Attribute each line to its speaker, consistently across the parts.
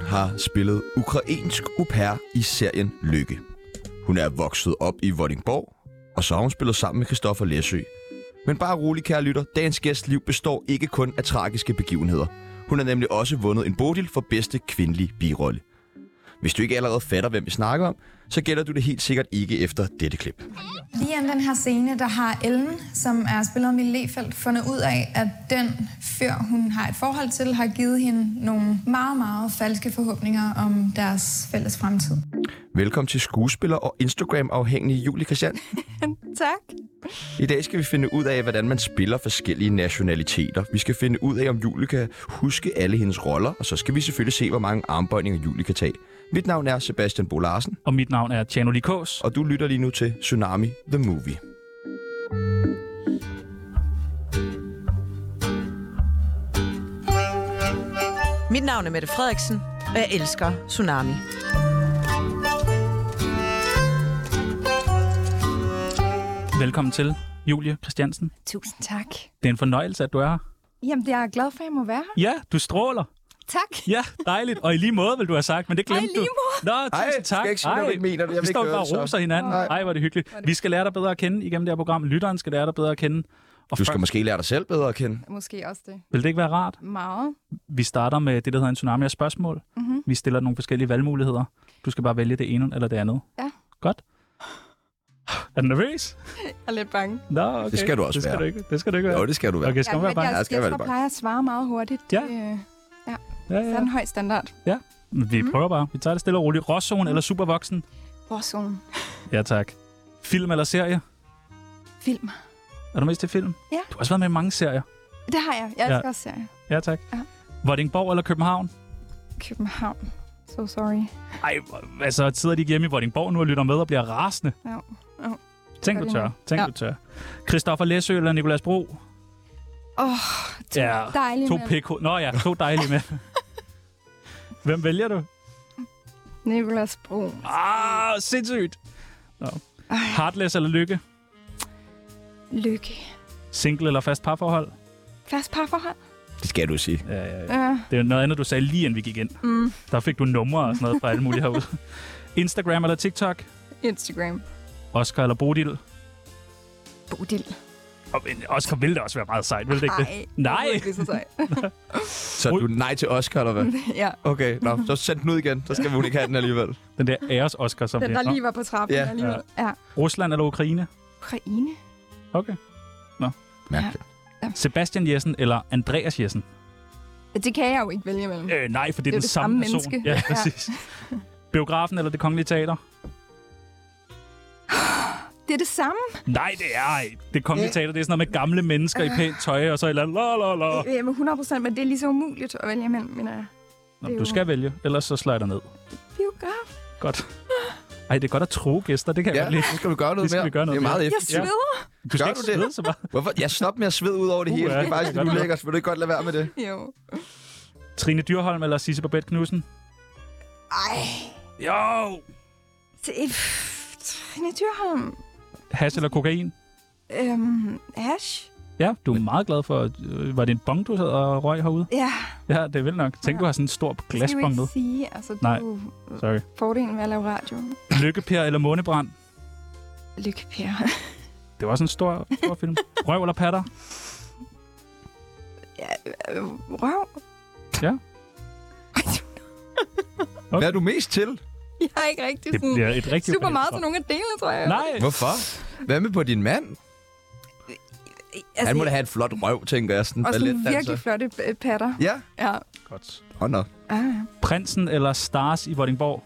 Speaker 1: har spillet ukrainsk au pair i serien Lykke. Hun er vokset op i Vordingborg, og så har hun spillet sammen med Christoffer Læsø. Men bare rolig, kære lytter, dagens gæsts liv består ikke kun af tragiske begivenheder. Hun har nemlig også vundet en bodil for bedste kvindelige birolle. Hvis du ikke allerede fatter, hvem vi snakker om, så gætter du det helt sikkert ikke efter dette klip.
Speaker 2: Lige om den her scene, der har Ellen, som er spillet med Lefeldt, fundet ud af, at den fyr, hun har et forhold til, har givet hende nogle meget, meget falske forhåbninger om deres fælles fremtid.
Speaker 1: Velkommen til skuespiller og Instagram-afhængige Julie Christian.
Speaker 3: Tak.
Speaker 1: I dag skal vi finde ud af, hvordan man spiller forskellige nationaliteter. Vi skal finde ud af, om Julie kan huske alle hendes roller, og så skal vi selvfølgelig se, hvor mange armbøjninger Julie kan tage. Mit navn er Sebastian Bo Larsen,
Speaker 4: Og mit navn er Tjano Likås.
Speaker 1: og du lytter lige nu til Tsunami The Movie.
Speaker 3: Mit navn er Mette Frederiksen, og jeg elsker Tsunami.
Speaker 4: Velkommen til, Julie Christiansen.
Speaker 5: Tusind tak.
Speaker 4: Det er en fornøjelse, at du er her.
Speaker 5: Jamen, jeg er glad for, at jeg må være her.
Speaker 4: Ja, du stråler.
Speaker 5: Tak.
Speaker 4: Ja, dejligt. Og i lige måde, vil du have sagt, men det glemte
Speaker 5: Og i lige
Speaker 4: du. Nå, tusind
Speaker 1: Ej,
Speaker 4: tak.
Speaker 1: skal ikke sige, når du ikke mener det. Jeg vil
Speaker 4: vi står
Speaker 1: ikke høre
Speaker 4: bare
Speaker 1: det,
Speaker 4: og
Speaker 1: så.
Speaker 4: roser hinanden.
Speaker 1: Nej.
Speaker 4: Ej. hvor er det hyggeligt. Vi skal lære dig bedre at kende igennem det her program. Lytteren skal lære dig bedre at kende. Og
Speaker 1: Du skal
Speaker 4: først,
Speaker 1: måske lære dig selv bedre at kende.
Speaker 5: Måske også det.
Speaker 4: vil det ikke være rart?
Speaker 5: Meget.
Speaker 4: Vi starter med det, der hedder en tsunami af spørgsmål. Mm-hmm. Vi stiller nogle forskellige valgmuligheder. Du skal bare vælge det ene eller det andet.
Speaker 5: Ja.
Speaker 4: Godt. Er du nervøs?
Speaker 5: Jeg er lidt bange.
Speaker 4: Nå, okay.
Speaker 1: Det skal du også
Speaker 4: det skal
Speaker 1: være.
Speaker 4: Du ikke, det skal du ikke være.
Speaker 1: Jo, det skal du være.
Speaker 4: Okay, skal du være
Speaker 5: men
Speaker 4: bange?
Speaker 1: Ja,
Speaker 5: jeg,
Speaker 1: det skal
Speaker 5: jeg,
Speaker 1: være
Speaker 5: jeg
Speaker 1: lidt
Speaker 5: tror,
Speaker 1: bange.
Speaker 5: plejer at svare meget hurtigt.
Speaker 4: Ja.
Speaker 5: Øh,
Speaker 4: Ja,
Speaker 5: Der
Speaker 4: ja,
Speaker 5: er
Speaker 4: ja.
Speaker 5: en høj standard.
Speaker 4: Vi
Speaker 5: Mhm.
Speaker 4: prøver bare. Vi tager det stille og roligt. Råzone eller supervoksen?
Speaker 5: Warzone.
Speaker 4: Ja, tak. Film eller serie?
Speaker 5: Film.
Speaker 4: Er du mest til film?
Speaker 5: Ja.
Speaker 4: Du har også været med i mange serier.
Speaker 5: Det har jeg. Jeg
Speaker 4: Ja.
Speaker 5: elsker ja. også øh, serier.
Speaker 4: Ja, tak.
Speaker 5: Ja.
Speaker 4: Vordingborg eller København?
Speaker 5: København. So sorry.
Speaker 4: Ej, hvor- altså, sidder de ikke hjemme i Vordingborg nu og lytter med og bliver rasende?
Speaker 5: Ja. Ja.
Speaker 4: Tænk,
Speaker 5: Gør
Speaker 4: du
Speaker 5: de
Speaker 4: tør.
Speaker 5: nok.
Speaker 4: Tænk,
Speaker 5: Ja.
Speaker 4: du tør. Christoffer Læsø eller Nikolas Bro?
Speaker 5: Åh, oh, to
Speaker 4: Ja,
Speaker 5: dejlige
Speaker 4: To
Speaker 5: mænd.
Speaker 4: pik. Nå ja, to dejlige med. Hvem vælger du?
Speaker 5: Nicolas Bro.
Speaker 4: Ah, sindssygt. Nå. Heartless eller lykke?
Speaker 5: Lykke.
Speaker 4: Single eller fast parforhold?
Speaker 5: Fast parforhold.
Speaker 1: Det skal du sige.
Speaker 4: Ja, ja, ja.
Speaker 5: Uh,
Speaker 4: Det er noget andet, du sagde lige inden vi gik ind.
Speaker 5: mm,
Speaker 4: Der fik du numre og sådan noget fra alle mulige herude. Instagram eller TikTok?
Speaker 5: Instagram.
Speaker 4: Oscar eller Bodil?
Speaker 5: Bodil.
Speaker 4: Og men Oscar ville da også være meget sejt, ville det ikke det? Nej.
Speaker 5: Det er lige så sejt.
Speaker 1: Så du nej til Oscar, eller hvad?
Speaker 5: ja.
Speaker 1: Okay, nå, så send den ud igen. Så skal hun ikke have den alligevel.
Speaker 4: Den der æres Oscar, som
Speaker 5: Den,
Speaker 4: det
Speaker 5: der
Speaker 4: er. Nå,
Speaker 5: lige var på trappen
Speaker 1: Ja.
Speaker 5: ja. alligevel. Ja.
Speaker 4: Rusland eller Ukraine?
Speaker 5: Ukraine.
Speaker 4: Okay.
Speaker 1: Mærkeligt.
Speaker 4: Sebastian Jessen eller Andreas Jessen?
Speaker 5: Det kan jeg jo ikke vælge mellem.
Speaker 4: Øh, nej, for det er,
Speaker 5: Mm. Det er
Speaker 4: den
Speaker 5: det
Speaker 4: samme,
Speaker 5: samme
Speaker 4: person.
Speaker 5: menneske.
Speaker 4: Ja,
Speaker 5: Ja.
Speaker 4: præcis. Biografen eller det kongelige teater?
Speaker 5: Det er det samme.
Speaker 4: Nej, det er ej. Det kongelige teater, det er sådan noget med gamle mennesker i
Speaker 5: Ah.
Speaker 4: pænt tøj, og så et eller andet, la, la, la.
Speaker 5: Øh, Jamen 100%, men det er lige så umuligt at vælge imellem, mener jeg.
Speaker 4: Nå, du skal vælge, ellers så slår jeg dig ned.
Speaker 5: Biograf.
Speaker 4: Godt. Ej, det er godt at tro gæster, det kan jeg
Speaker 1: Ja,
Speaker 4: godt lide.
Speaker 1: nu skal du gøre noget
Speaker 4: Det skal
Speaker 1: mere.
Speaker 4: vi gøre noget
Speaker 1: det er meget
Speaker 4: mere.
Speaker 5: Jeg
Speaker 1: effektivt.
Speaker 5: sveder.
Speaker 4: Du skal
Speaker 1: Gør
Speaker 4: ikke
Speaker 1: du det?
Speaker 4: svede så meget.
Speaker 1: Hvorfor? Jeg stopper med at svede ud over det
Speaker 4: Uh,
Speaker 1: hele.
Speaker 4: ja,
Speaker 1: Det er faktisk
Speaker 4: det er
Speaker 1: lidt
Speaker 4: godt.
Speaker 1: ulækkert. Vil du ikke godt lade være med det?
Speaker 5: Jo.
Speaker 4: Trine Dyrholm eller Sisse Babette Knudsen?
Speaker 5: Ej.
Speaker 4: Jo!
Speaker 5: Det er... pff, Trine Dyrholm.
Speaker 4: Hash eller kokain?
Speaker 5: Øhm, Ash.
Speaker 4: Ja, du er meget glad for... øh, Var det en bong, du sad og røg herude?
Speaker 5: Ja,
Speaker 4: Ja, det er vel nok. Tænk, du har sådan en stor
Speaker 5: det skal vi
Speaker 4: glasbong med.
Speaker 5: ikke sige. Altså, det
Speaker 4: Nej.
Speaker 5: er jo
Speaker 4: Sorry.
Speaker 5: fordelen ved at lave radio.
Speaker 4: Lykkepær eller Månebrand?
Speaker 5: Lykke, Per.
Speaker 4: Det var sådan en stor, stor film. Røv eller patter?
Speaker 5: Øh, Røv.
Speaker 4: Ja.
Speaker 1: Hvad er du mest til?
Speaker 5: Jeg er ikke rigtig
Speaker 4: Det
Speaker 5: sådan
Speaker 4: bliver et rigtigt...
Speaker 5: super meget til nogle af delene, tror jeg.
Speaker 4: Nej!
Speaker 1: Hvorfor? Hvad med på din mand?
Speaker 5: altså,
Speaker 1: Han må da have et flot røv, tænker jeg. Sådan
Speaker 5: Og sådan
Speaker 1: balletdanser.
Speaker 5: virkelig flotte øh, patter.
Speaker 1: Ja.
Speaker 5: Ja.
Speaker 4: Godt.
Speaker 1: Åh, nå.
Speaker 5: Ah,
Speaker 4: Prinsen eller Stars i Vordingborg?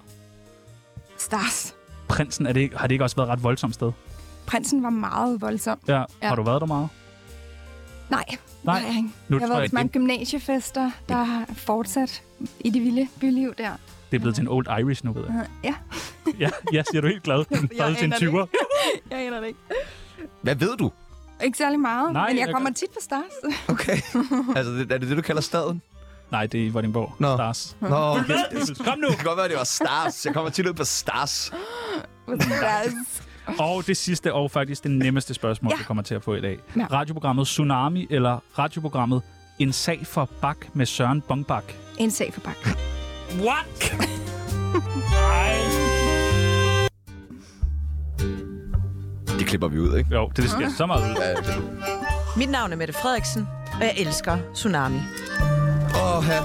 Speaker 5: stars.
Speaker 4: Prinsen, er det, ikke- har det ikke også været et ret voldsomt sted?
Speaker 5: Prinsen var meget voldsom.
Speaker 4: Ja.
Speaker 5: Ja.
Speaker 4: Har du været der meget?
Speaker 5: Nej,
Speaker 4: Nej.
Speaker 5: jeg ikke.
Speaker 4: Nu
Speaker 5: jeg har
Speaker 4: tror
Speaker 5: været
Speaker 4: jeg,
Speaker 5: til mange gymnasiefester, der har fortsat i det vilde byliv der.
Speaker 4: Det er blevet til en old Irish nu, ved jeg.
Speaker 5: Ja,
Speaker 4: Ja, ja siger du helt glad. Den er til en
Speaker 5: aner det
Speaker 4: 20'er.
Speaker 5: jeg aner det ikke.
Speaker 1: Hvad ved du?
Speaker 5: Ikke særlig
Speaker 4: Nej,
Speaker 5: meget, Nej, men jeg
Speaker 4: jeg
Speaker 5: kommer tit på Stars.
Speaker 1: Okay. altså, det- er det det, du kalder staden?
Speaker 4: Nej, det er i Vordingborg.
Speaker 1: Nå.
Speaker 4: Stars.
Speaker 1: Nå, okay.
Speaker 4: Kom nu!
Speaker 1: Det kan godt være, det var Stars. Jeg kommer tit ud på Stars.
Speaker 5: På stars.
Speaker 4: Og det sidste og faktisk det nemmeste spørgsmål, ja.
Speaker 5: Ja.
Speaker 4: vi kommer til at få i dag.
Speaker 5: Ja.
Speaker 4: Radioprogrammet Tsunami eller radioprogrammet En sag for Bak med Søren Bongbak?
Speaker 5: En sag for bak.
Speaker 4: What? Ej.
Speaker 1: Det klipper vi ud, ikke?
Speaker 4: Jo, det, det skal så meget ud.
Speaker 3: Mit navn er Mette Frederiksen, og jeg elsker Tsunami.
Speaker 1: Åh, ja.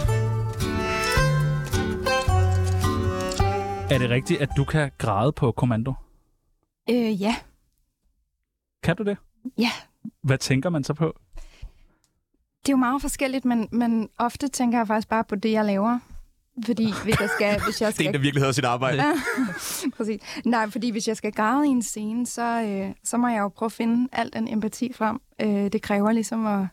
Speaker 4: Er det rigtigt, at du kan græde på kommando?
Speaker 5: Øh, ja.
Speaker 4: Kan du det?
Speaker 5: Ja.
Speaker 4: Hvad tænker man så på?
Speaker 5: Det er jo meget forskelligt, men, men ofte tænker jeg faktisk bare på det, jeg laver. Fordi hvis jeg skal, hvis jeg
Speaker 1: Det er en, der
Speaker 5: skal,
Speaker 1: virkelig hedder sit arbejde.
Speaker 5: præcis. Nej, fordi hvis jeg skal græde i en scene, så, øh, så må jeg jo prøve at finde al den empati frem. Øh, det kræver ligesom at,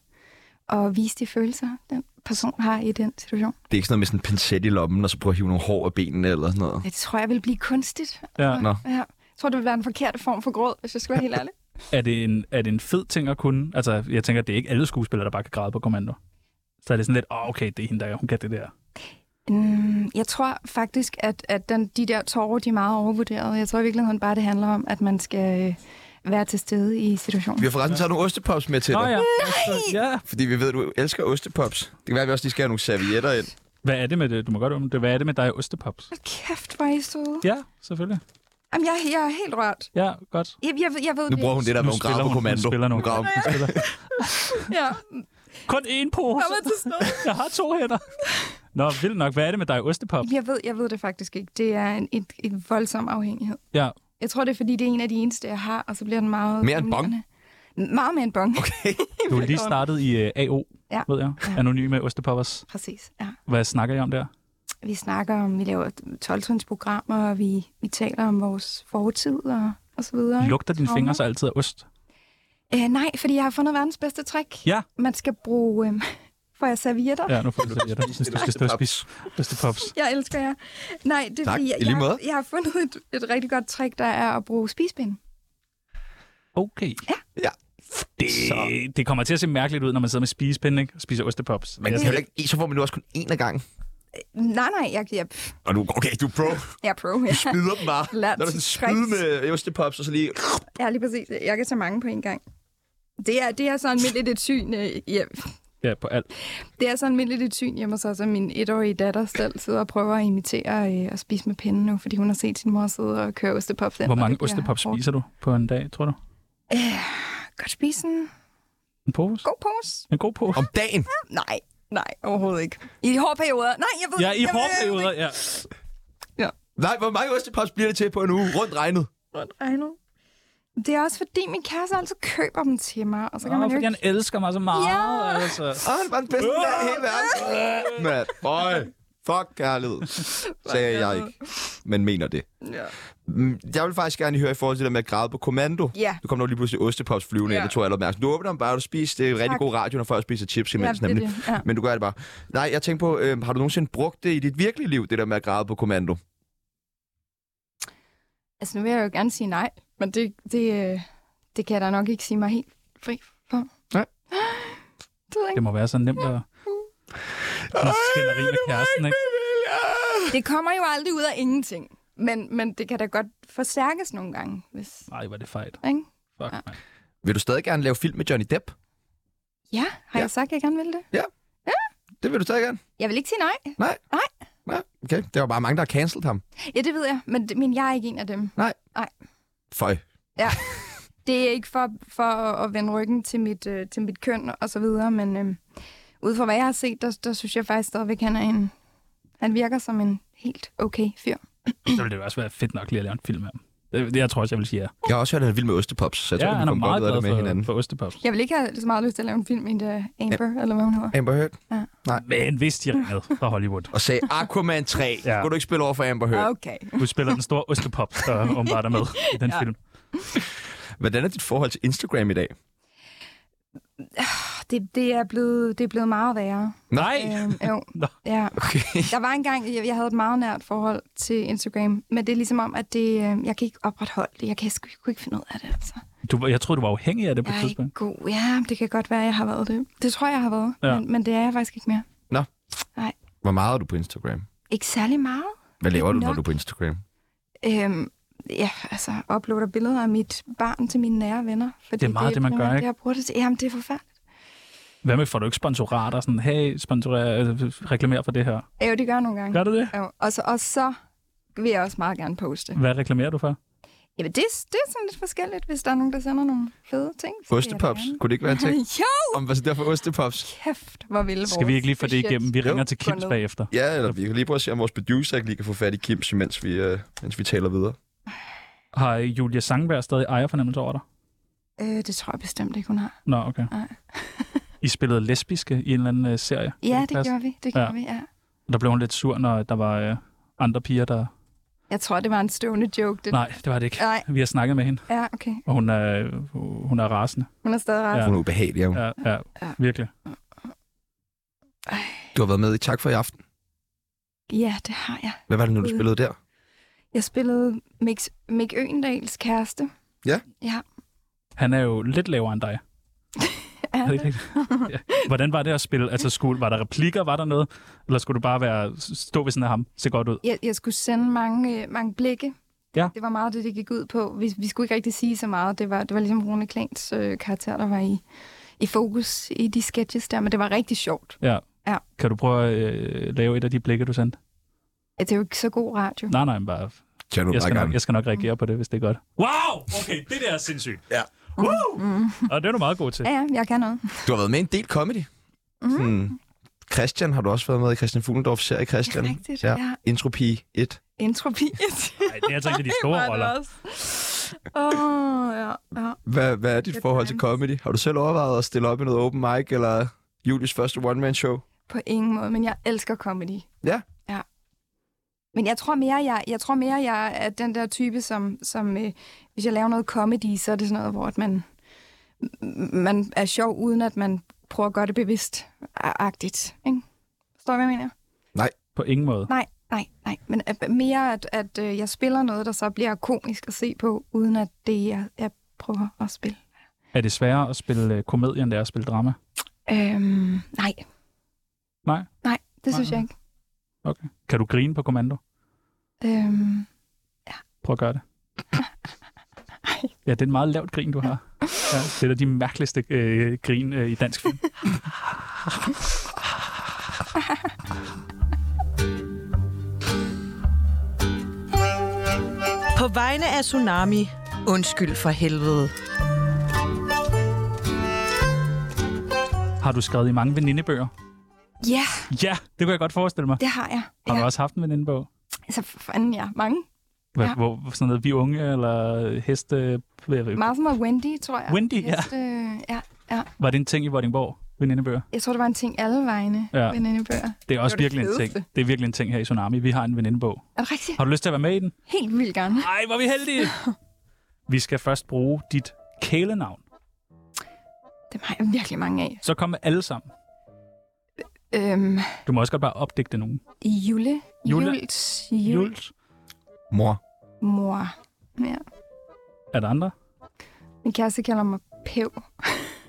Speaker 5: at vise de følelser, den person har i den situation.
Speaker 1: Det er ikke sådan noget med sådan en pincet i lommen, og så prøve at hive nogle hår af benene eller sådan noget.
Speaker 5: Det tror jeg vil blive kunstigt.
Speaker 4: Ja.
Speaker 1: Nå.
Speaker 5: Ja. Jeg tror, det vil være en forkert form for gråd, hvis jeg skal være helt ærlig.
Speaker 4: Er, det en, er det en fed ting at kunne? Altså, jeg tænker, det er ikke alle skuespillere, der bare kan græde på kommando. Så er det sådan lidt, åh, oh, okay, det er hende, der hun kan det der.
Speaker 5: Mm, jeg tror faktisk, at, at den, de der tårer, de er meget overvurderet. Jeg tror i virkeligheden bare, det handler om, at man skal øh, være til stede i situationen.
Speaker 1: Vi har forresten taget nogle ostepops med til
Speaker 4: Nå
Speaker 1: dig.
Speaker 4: ja. Nej! Ja.
Speaker 1: Fordi vi ved, at du elsker ostepops. Det kan være, at vi også lige skal have nogle servietter ind.
Speaker 4: Hvad er det med det? Du må godt om det. Hvad er det med dig og ostepops?
Speaker 5: Hold Kæft, hvor er I søde.
Speaker 4: Ja, selvfølgelig.
Speaker 5: Jamen, jeg, jeg er helt rørt.
Speaker 4: Ja, godt.
Speaker 5: Jeg, jeg, ved- jeg ved
Speaker 1: Nu
Speaker 5: det.
Speaker 1: bruger hun det der,
Speaker 4: Nu
Speaker 1: hvor hun
Speaker 4: spiller
Speaker 1: graver på
Speaker 4: hun- hun
Speaker 1: kommando.
Speaker 4: spiller nu.
Speaker 1: Hun graver.
Speaker 4: Hun spiller.
Speaker 5: Ja,
Speaker 4: Kun én pose.
Speaker 5: jeg, til stede.
Speaker 4: Jeg har to hænder. Nå, vildt nok. Hvad er det med dig og ostepop?
Speaker 5: jeg, ved, jeg ved det faktisk ikke. Det er en, en, en voldsom afhængighed.
Speaker 4: Ja.
Speaker 5: Jeg tror, det er, fordi det er en af de eneste, jeg har, og så bliver den meget...
Speaker 1: Mere end bong?
Speaker 5: dominerende. Meget mere en bong. Okay.
Speaker 4: Du er lige startet i uh, AO,
Speaker 5: Ja.
Speaker 4: ved jeg. Anonyme ostepoppers.
Speaker 5: Præcis, ja.
Speaker 4: Hvad snakker I om der?
Speaker 5: Vi snakker om, vi laver 12-trinsprogrammer, og vi, vi taler om vores fortid og, og så videre. ikke?
Speaker 4: Lugter dine
Speaker 5: Traumer.
Speaker 4: fingre så altid af ost?
Speaker 5: Øh, nej, fordi jeg har fundet verdens bedste trick.
Speaker 4: Ja.
Speaker 5: Man skal bruge... Øh, får jeg servietter?
Speaker 4: Ja, nu får du det. Jeg synes, du skal stå og spise ostepops.
Speaker 5: Jeg elsker jer. Nej, det er
Speaker 1: Tak.
Speaker 5: fordi, jeg,
Speaker 1: I lige
Speaker 5: jeg,
Speaker 1: måde.
Speaker 5: jeg har fundet et, et rigtig godt trick, der er at bruge spisepinde.
Speaker 4: Okay.
Speaker 1: Ja.
Speaker 4: Det, det kommer til at se mærkeligt ud, når man sidder med spisepinde ikke? og spiser ostepops.
Speaker 1: Men
Speaker 4: jeg,
Speaker 1: det er jo ikke, så får man jo også kun én af gangen.
Speaker 5: Nej, nej, jeg, jeg, pff,
Speaker 1: Og du, okay, du er pro.
Speaker 5: jeg er pro.
Speaker 1: Du
Speaker 5: Ja.
Speaker 1: smider dem bare.
Speaker 5: Lad
Speaker 1: Når du sådan
Speaker 5: os
Speaker 1: spyd
Speaker 5: trække.
Speaker 1: med ostepops, og så lige...
Speaker 5: ja, lige præcis. Jeg kan tage mange på en gang. Det er, det er så almindeligt et syn, øh, ja,
Speaker 4: ja, på alt.
Speaker 5: det er så almindeligt et syn hjemme hos os, at min etårige datter selv sidder og prøver at imitere øh, at spise med pinden nu, fordi hun har set sin mor sidde og køre ostepops ind.
Speaker 4: Hvor
Speaker 5: og
Speaker 4: mange
Speaker 5: det bliver
Speaker 4: ostepops
Speaker 5: hårdt.
Speaker 4: spiser du på en dag, tror du?
Speaker 5: Godt spise en
Speaker 4: En pose?
Speaker 5: god pose.
Speaker 4: En god pose?
Speaker 1: Om dagen.
Speaker 5: Nej, nej, overhovedet ikke. I hårde perioder. Nej, jeg ved
Speaker 4: Ja, i
Speaker 5: jeg ved-
Speaker 4: hårde perioder, ja.
Speaker 1: Nej, hvor mange ostepops bliver det til på en uge? Rundt regnet.
Speaker 5: I know. Det er også fordi, min kæreste altid køber dem til mig, og så kan
Speaker 4: Åh,
Speaker 5: man jo
Speaker 4: fordi
Speaker 5: ikke...
Speaker 4: han elsker mig så meget.
Speaker 5: Ja.
Speaker 4: Altså.
Speaker 1: Åh, det var den bedste dag i hele verden. Mad. Øj. Fuck kærlighed. Sagde jeg ikke. Men mener det.
Speaker 5: Ja.
Speaker 1: Mm, Jeg vil faktisk gerne høre i forhold til det med at græde på kommando.
Speaker 5: Ja.
Speaker 1: Du kom nok lige pludselig ostepops flyvende ja.
Speaker 5: Ja.
Speaker 1: det tror jeg er opmærksom. Du åbner dem bare, og du spiser. Det er rigtig
Speaker 5: Tak.
Speaker 1: god radio, når folk spiser chips imens.
Speaker 5: det er
Speaker 1: nemlig.
Speaker 5: det, ja.
Speaker 1: Men du gør det bare. Nej, jeg tænker på, øh, har du nogensinde brugt det i dit virkelige liv, det der med at græde på kommando?
Speaker 5: Altså, nu vil jeg jo gerne sige nej, men det, det, øh, det kan jeg da nok ikke sige mig helt fri for.
Speaker 1: Nej.
Speaker 5: Det ved jeg
Speaker 4: Det
Speaker 5: ikke.
Speaker 4: må være så nemt at... Sådan skænderi med kæresten, ikke?
Speaker 5: Det kommer jo aldrig ud af ingenting, men, men det kan da godt forstærkes nogle gange, hvis...
Speaker 4: Nej, var det fejt.
Speaker 5: Ikke?
Speaker 4: Fuck,
Speaker 5: Ja.
Speaker 4: ja.
Speaker 1: Vil du stadig gerne lave film med Johnny Depp?
Speaker 5: Ja, har
Speaker 1: Ja.
Speaker 5: ja. jeg sagt, at jeg gerne vil det?
Speaker 1: Det vil du stadig gerne?
Speaker 5: Jeg vil ikke sige nej.
Speaker 1: Nej.
Speaker 5: Nej.
Speaker 1: Nej, okay. Der var bare mange, der har cancelled ham.
Speaker 5: Ja, det ved jeg, men, men jeg er ikke en af dem.
Speaker 1: Føj.
Speaker 5: det er ikke for, for at, at vende ryggen til mit, øh, til mit køn og så videre, men øh, ud fra hvad jeg har set, der, der synes jeg faktisk stadigvæk, han er en... Han virker som en helt okay fyr.
Speaker 4: Så ville det jo også være fedt nok lige at lave en film af ham. Det, det jeg tror også, jeg vil sige ja.
Speaker 1: Jeg har også hørt, at han er vild med ostepops, så jeg tror,
Speaker 4: Ja,
Speaker 1: vi
Speaker 4: han er
Speaker 1: kommer godt
Speaker 4: meget
Speaker 1: ud af det
Speaker 4: glad
Speaker 1: med
Speaker 4: for,
Speaker 1: hinanden.
Speaker 4: for ostepops.
Speaker 5: Jeg vil ikke have så meget lyst til at lave en film end uh, Amber, ja. eller hvad hun hedder.
Speaker 1: Amber Heard.
Speaker 4: Men hvis de ringede fra Hollywood,
Speaker 1: Og sagde Aquaman 3. ja.
Speaker 4: Ja.
Speaker 1: Kunne du ikke spille over for Amber Heard?
Speaker 5: Okay.
Speaker 4: du spiller den store ostepop, der åbenbart er med i den
Speaker 5: Ja.
Speaker 4: film.
Speaker 1: Hvordan er dit forhold til Instagram i dag?
Speaker 5: Det, det, er blevet, det er blevet meget værre.
Speaker 1: Nej.
Speaker 5: Øh, jo.
Speaker 4: Nå.
Speaker 5: Ja.
Speaker 1: Okay.
Speaker 5: Der var engang, jeg, jeg havde et meget nært forhold til Instagram, men det er ligesom om, at det, øh, jeg kan ikke opretholde det. Jeg kan sgu jeg kunne ikke finde ud af det, altså.
Speaker 4: Du, var- jeg troede, du var afhængig af det på et
Speaker 5: Jeg er ikke
Speaker 4: tidspunkt.
Speaker 5: god. Ja, det kan godt være, jeg har været det. Det tror jeg, jeg har været,
Speaker 4: Ja.
Speaker 5: ja. men, men det er jeg faktisk ikke mere.
Speaker 1: Hvor meget er du på Instagram?
Speaker 5: Ikke særlig meget.
Speaker 1: Hvad laver du,
Speaker 5: Nå.
Speaker 1: når du er på Instagram?
Speaker 5: Øhm, ja, altså, uploader billeder af mit barn til mine nære venner. Fordi
Speaker 4: Det er meget det, man gør,
Speaker 5: primært
Speaker 4: ikke?
Speaker 5: Jeg bruger det til. Jamen, det er forfærdeligt.
Speaker 4: Hvad med, får du ikke sponsorater? Sådan, hey, sponsorer, øh, reklamer for det her.
Speaker 5: Jo, det gør jeg nogle gange.
Speaker 4: Gør du det?
Speaker 5: Jo, og, så, og så vil jeg også meget gerne poste.
Speaker 4: Hvad reklamerer du for?
Speaker 5: Jamen, det, det er sådan lidt forskelligt, hvis der er nogen, der sender nogle fede ting. så vil jeg da
Speaker 1: Ostepops,
Speaker 5: gerne.
Speaker 1: kunne det ikke være en ting?
Speaker 5: jo,
Speaker 1: Om hvad så derfor ostepops?
Speaker 5: kæft, hvor vilde vores
Speaker 4: Skal vi ikke lige få det
Speaker 5: budget.
Speaker 4: igennem? Vi ringer til
Speaker 5: Gå
Speaker 4: Kims
Speaker 5: ned.
Speaker 4: bagefter.
Speaker 1: Ja, eller vi kan lige prøve at se, om vores producer ikke lige kan få fat i Kims, mens vi, øh, mens vi taler videre.
Speaker 4: Har Julia Sangberg stadig ejerfornemmelse over dig?
Speaker 5: Øh, det tror jeg bestemt ikke, hun har.
Speaker 4: Nå, okay.
Speaker 5: Nej.
Speaker 4: I spillede lesbiske i en eller anden øh, serie.
Speaker 5: Ja,
Speaker 4: Kan
Speaker 5: det
Speaker 4: passe?
Speaker 5: gjorde vi. Det
Speaker 4: Ja.
Speaker 5: gjorde vi, ja.
Speaker 4: Og Der blev hun lidt sur, når der var øh, andre piger, der...
Speaker 5: Jeg tror, det var en stående joke. Det.
Speaker 4: Nej, det var det ikke.
Speaker 5: Nej.
Speaker 4: Vi har snakket med hende,
Speaker 5: Ja, okay.
Speaker 4: og hun er, hun er rasende.
Speaker 5: Hun er stadig ret.
Speaker 4: Ja.
Speaker 1: Hun er ubehagelig, ja.
Speaker 4: Ja, ja,
Speaker 5: Ja.
Speaker 4: virkelig.
Speaker 1: Du har været med i Tak for i aften.
Speaker 5: Ja, det har jeg.
Speaker 1: Hvad var det nu, du
Speaker 5: Mm.
Speaker 1: spillede der?
Speaker 5: Jeg spillede Mix, Mick Øendals kæreste.
Speaker 4: Han er jo lidt lavere end dig.
Speaker 5: Ja,
Speaker 4: Er det ikke rigtigt? Ja. Hvordan var det at spille? Altså, skulle, var der replikker? Var der noget? Eller skulle du bare være, stå ved siden af ham? Se godt ud.
Speaker 5: jeg, jeg skulle sende mange, øh, mange blikke.
Speaker 4: Ja.
Speaker 5: Det var meget det, det gik ud på. Vi, vi skulle ikke rigtig sige så meget. Det var, det var ligesom Rune Klans øh, karakter, der var i, i fokus i de sketches der, men det var rigtig sjovt.
Speaker 4: Kan du prøve at øh, lave et af de blikke, du sendte?
Speaker 5: Ja, det er jo ikke så god radio.
Speaker 4: Nej, nej, men bare...
Speaker 1: Kan du
Speaker 4: Jeg
Speaker 1: bare
Speaker 4: skal, nok,
Speaker 1: gerne.
Speaker 4: jeg skal nok reagere på det, hvis det er godt. Wow! Okay, det der er sindssygt.
Speaker 1: Ja.
Speaker 4: Wow! Og Uh. det er du meget god til.
Speaker 5: Mm. Ja, ja, jeg kan noget.
Speaker 1: Du har været med i en del comedy.
Speaker 5: Mhm.
Speaker 1: Sådan, Christian har du også været med i Christian Fuglendorfs serie Christian.
Speaker 5: Det er rigtigt, ja.
Speaker 1: Entropi 1.
Speaker 5: Entropi.
Speaker 4: Nej, det er altså ikke de
Speaker 5: Hvor
Speaker 4: store
Speaker 5: er det
Speaker 4: roller.
Speaker 5: også. Åh, ja, ja.
Speaker 1: Hvad, hvad er dit
Speaker 5: Good
Speaker 1: forhold til comedy? Har du selv overvejet at stille op i noget open mic, eller Julies første one-man-show?
Speaker 5: På ingen måde, men jeg elsker comedy.
Speaker 1: Ja.
Speaker 5: Ja. Men jeg tror mere, jeg, jeg, tror mere, jeg er den der type, som, som øh, hvis jeg laver noget comedy, så er det sådan noget, hvor at man, m- man er sjov, uden at man prøver at gøre det bevidst-agtigt. Ikke? Forstår du, hvad jeg mener?
Speaker 4: På ingen måde.
Speaker 5: Nej, nej, nej. Men at- mere, at, at øh, jeg spiller noget, der så bliver komisk at se på, uden at det, jeg, jeg prøver at spille.
Speaker 4: Er det sværere at spille øh, komedie, end det er at spille drama?
Speaker 5: Øhm, nej.
Speaker 4: Nej?
Speaker 5: Nej, det synes
Speaker 4: Nej.
Speaker 5: jeg ikke.
Speaker 4: Okay. Kan du grine på kommando?
Speaker 5: Øhm,
Speaker 4: Prøv at gøre det. Ja, det er en meget lavt grin, du har. Ja, det er da de mærkeligste øh, grin øh, i dansk film.
Speaker 3: På vegne af Tsunami, undskyld for helvede.
Speaker 4: Har du skrevet i mange venindebøger?
Speaker 5: ja,
Speaker 4: Ja, det kunne jeg godt forestille mig.
Speaker 5: det har jeg.
Speaker 4: Har
Speaker 5: ja.
Speaker 4: du også haft en venindebog?
Speaker 5: Altså, for fanden ja. Mange.
Speaker 4: Hvad,
Speaker 5: Ja.
Speaker 4: hvor, hvor- sådan noget, vi unge, eller heste... Hvad, jeg ved ikke.
Speaker 5: Meget og Wendy, tror jeg.
Speaker 4: Wendy, ja.
Speaker 5: Hest, øh, ja.
Speaker 4: Var det en ting i Vordingborg, venindebøger?
Speaker 5: Jeg tror, det var en ting alle vegne,
Speaker 4: Ja.
Speaker 5: ja. venindebøger.
Speaker 4: Det er også
Speaker 5: Det var det
Speaker 4: virkelig en ting.
Speaker 5: fedeste.
Speaker 4: Det er virkelig en ting her i Tsunami. Vi har en venindebog.
Speaker 5: Er det rigtigt?
Speaker 4: Har du lyst til at være med i den?
Speaker 5: Helt vildt gerne.
Speaker 4: Ej, hvor er vi heldige! Vi skal først bruge dit kælenavn.
Speaker 5: Dem har jeg virkelig mange af.
Speaker 4: Så kom med alle sammen.
Speaker 5: Øhm,
Speaker 4: Du må også godt bare opdigte nogen.
Speaker 5: Jule.
Speaker 4: Jule.
Speaker 5: Jules. Jul.
Speaker 4: Jules.
Speaker 1: Mor.
Speaker 5: Mor. Ja.
Speaker 4: Er der andre?
Speaker 5: Min kæreste kalder mig Pev.